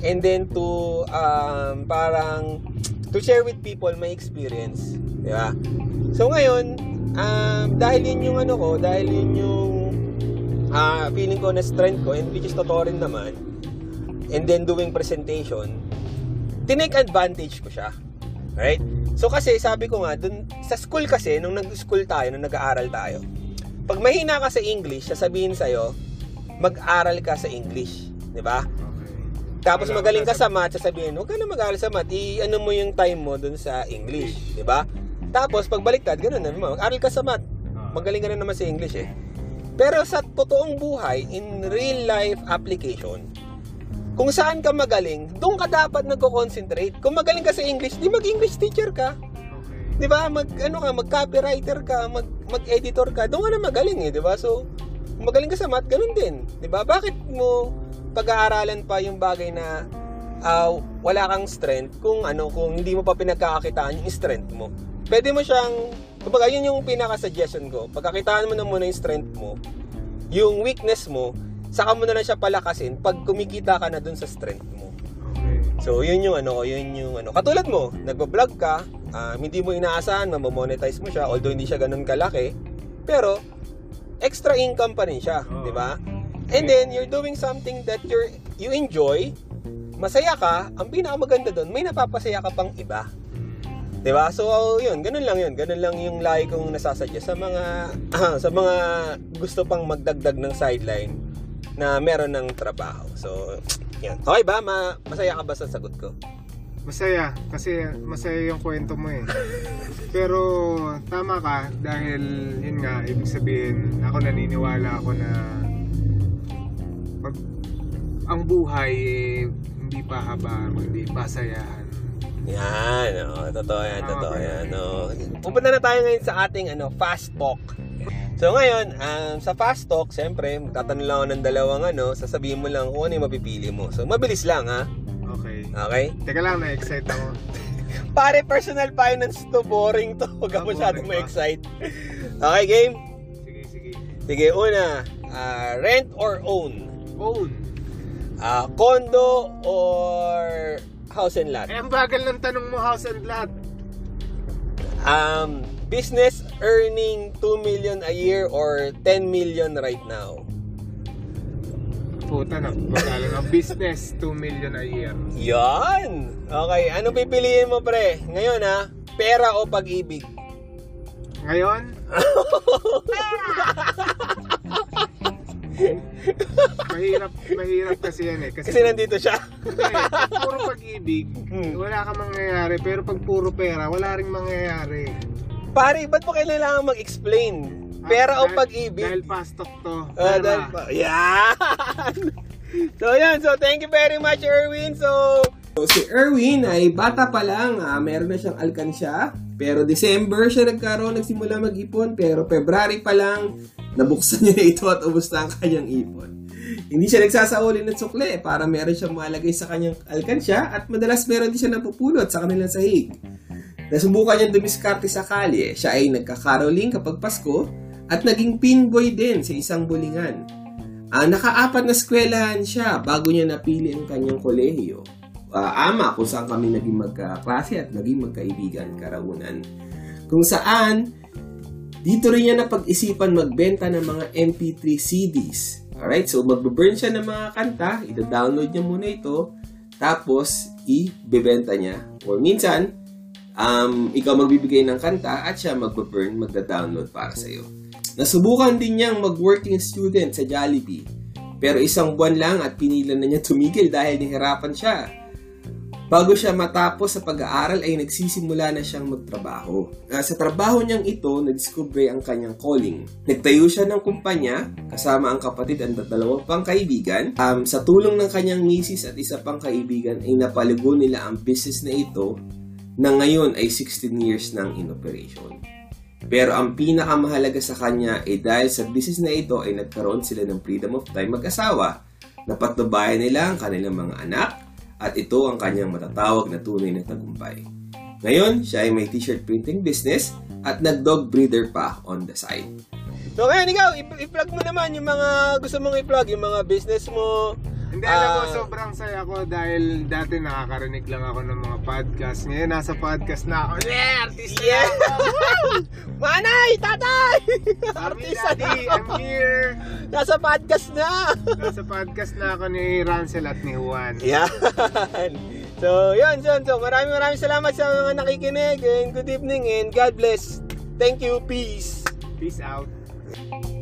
Speaker 2: and then to um, parang to share with people my experience. 'Di ba? So ngayon, um, dahil yun yung ano ko, dahil yun yung ah, feeling ko na strength ko and which is totoo rin naman and then doing presentation, tinake advantage ko siya. Right? So kasi sabi ko nga, dun, sa school kasi, nung nag-school tayo, nung nag-aaral tayo, pag mahina ka sa English, sasabihin sa'yo, mag-aral ka sa English. Di ba?
Speaker 3: Okay.
Speaker 2: Tapos
Speaker 3: Wala,
Speaker 2: magaling
Speaker 3: wala
Speaker 2: ka sa math, sasabihin, huwag ka na mag-aaral sa math, i-ano mo yung time mo dun sa English. Di ba? Tapos pagbaliktad, ganun na, mag-aral ka sa math,
Speaker 3: Ah,
Speaker 2: magaling ka na naman sa English eh. Pero sa totoong buhay, in real life application, kung saan ka magaling, doon ka dapat nagko-concentrate. Kung magaling ka sa English, di mag-English teacher ka.
Speaker 3: okay.
Speaker 2: 'Di ba? Mag ano ka, mag-copywriter ka, mag mag-editor ka. Doon ka na magaling eh, 'di ba? So, kung magaling ka sa math, ganun din. 'Di ba? Bakit mo pag-aaralan pa yung bagay na ah, wala kang strength kung ano kung hindi mo pa pinagkakakitaan yung strength mo. Pwede mo siyang kumbaga yun yung pinaka suggestion ko. Pagkakitaan mo na muna yung strength mo, yung weakness mo, saka mo na lang siya palakasin pag kumikita ka na dun sa strength mo.
Speaker 3: Okay.
Speaker 2: So, yun yung ano, yun yung ano. Katulad mo, nagbablog ka, ah, hindi mo inaasahan, mamamonetize mo siya, although hindi siya ganun kalaki, pero extra income pa rin siya,
Speaker 3: Oo.
Speaker 2: di ba? And then, you're doing something that you're, you enjoy, masaya ka, ang pinakamaganda doon, may napapasaya ka pang iba. Di ba? So, oh, yun, ganun lang yun. Ganun lang yung lagi kong nasasadya sa mga, <clears throat> sa mga gusto pang magdagdag ng sideline na meron ng trabaho. So, yan. Okay ba? Ma- masaya ka ba sa sagot ko?
Speaker 3: Masaya, kasi masaya yung kwento mo eh. Pero tama ka, dahil yun nga, ibig sabihin, ako naniniwala ako na pag, ang buhay eh, hindi pa haba, kundi pasayahan.
Speaker 2: Yan, oh, totoo yan,
Speaker 3: Ah,
Speaker 2: totoo
Speaker 3: okay.
Speaker 2: yan. Oh. Pupunta na tayo ngayon sa ating ano, fast talk. So ngayon, um, sa fast talk, siyempre, magtatanong lang ako ng dalawang ano, sasabihin mo lang kung ano yung mapipili mo. So mabilis lang ha,
Speaker 3: Okay.
Speaker 2: okay?
Speaker 3: Teka lang, na-excite ako.
Speaker 2: Pare, personal finance to, <laughs> boring to. Huwag ka
Speaker 3: Ah,
Speaker 2: masyadong
Speaker 3: boring ba?
Speaker 2: ma-excite. Okay, game?
Speaker 3: Sige, sige.
Speaker 2: Sige, una, ah, rent or own?
Speaker 3: Own.
Speaker 2: Ah, condo or house and lot?
Speaker 3: Eh, ang bagal ng tanong mo, house and lot.
Speaker 2: Um, business earning 2 million a year or 10 million right now?
Speaker 3: Puta na, bagal ng business, 2 million a year.
Speaker 2: Yan! Okay, ano pipiliin mo pre? Ngayon ha, pera o pag-ibig? <laughs>
Speaker 3: Ngayon, mahirap, mahirap kasi yan eh. Kasi,
Speaker 2: Kasi nandito siya. <laughs>
Speaker 3: Hindi, pag puro pag-ibig,
Speaker 2: Hmm.
Speaker 3: wala kang mangyayari. Pero pag puro pera, wala rin mangyayari.
Speaker 2: Pare, ba't mo kailangan mag-explain?
Speaker 3: Ah,
Speaker 2: Pera o
Speaker 3: dahil- Dahil
Speaker 2: pag-ibig?
Speaker 3: pastok to.
Speaker 2: Ah,
Speaker 3: Pera.
Speaker 2: dahil pa- Yan! <laughs> So yan, so thank you very much Erwin. So, si Erwin ay bata pa lang, ah, meron na siyang alkansya. Pero December siya nagkaroon, nagsimula mag-ipon. Pero February pa lang, nabuksan <laughs> niya ito at ubos na ang kanyang ipon. Hindi siya nagsasaulin ng sukle para meron siyang malagay sa kanyang alkansya at madalas meron din siya napupulot sa kanilang sahig. Nasubukan niyang dumiskarte sa kalye, siya ay nagkakaroling kapag Pasko at naging pinboy din sa isang bulingan. Ah, nakaapat na eskwelahan siya bago niya napili ang kanyang kolehiyo. Ah, ama kung saan kami naging magkaklase at naging magkaibigan karaunan. Kung saan, dito rin niya napag-isipan magbenta ng mga MP3 CDs. Alright, so magbaburn siya ng mga kanta, ida-download niya muna ito, tapos ibebenta niya. Or minsan, um, ikaw magbibigay ng kanta at siya magbaburn, magda-download para sa'yo. Nasubukan din niyang mag-working student sa Jollibee. Pero isang buwan lang at pinilan na niya tumigil dahil nahirapan siya. Bago siya matapos sa pag-aaral ay nagsisimula na siyang magtrabaho. Ah, sa trabaho niyang ito, nadiskubre ang kanyang calling. Nagtayo siya ng kumpanya, kasama ang kapatid at dalawa pang kaibigan. Um, sa tulong ng kanyang misis at isa pang kaibigan ay napaligo nila ang business na ito na ngayon ay 16 years nang in operation. Pero ang pinakamahalaga sa kanya ay dahil sa business na ito ay nagkaroon sila ng freedom of time mag-asawa. Napatnubayan nila ang kanilang mga anak at ito ang kanyang matatawag na tunay na tagumpay. Ngayon, siya ay may t-shirt printing business at nag-dog breeder pa on the side. So ngayon ikaw, i- i-plug mo naman yung mga gusto mong i-plug, yung mga business mo.
Speaker 3: Hindi, alam mo,
Speaker 2: Ah.
Speaker 3: sobrang saya ko dahil dati nakakarinig lang ako ng mga podcast. Ngayon, nasa podcast na ako. Yeah, artista
Speaker 2: Yeah!
Speaker 3: na ako!
Speaker 2: Manay! Tatay!
Speaker 3: Mami, Daddy, I'm here!
Speaker 2: Nasa podcast na!
Speaker 3: Nasa podcast na ako ni Ransel at ni Juan.
Speaker 2: Yan. So, yun, John. So, maraming maraming salamat sa mga nakikinig. And good evening and God bless. Thank you. Peace.
Speaker 3: Peace out.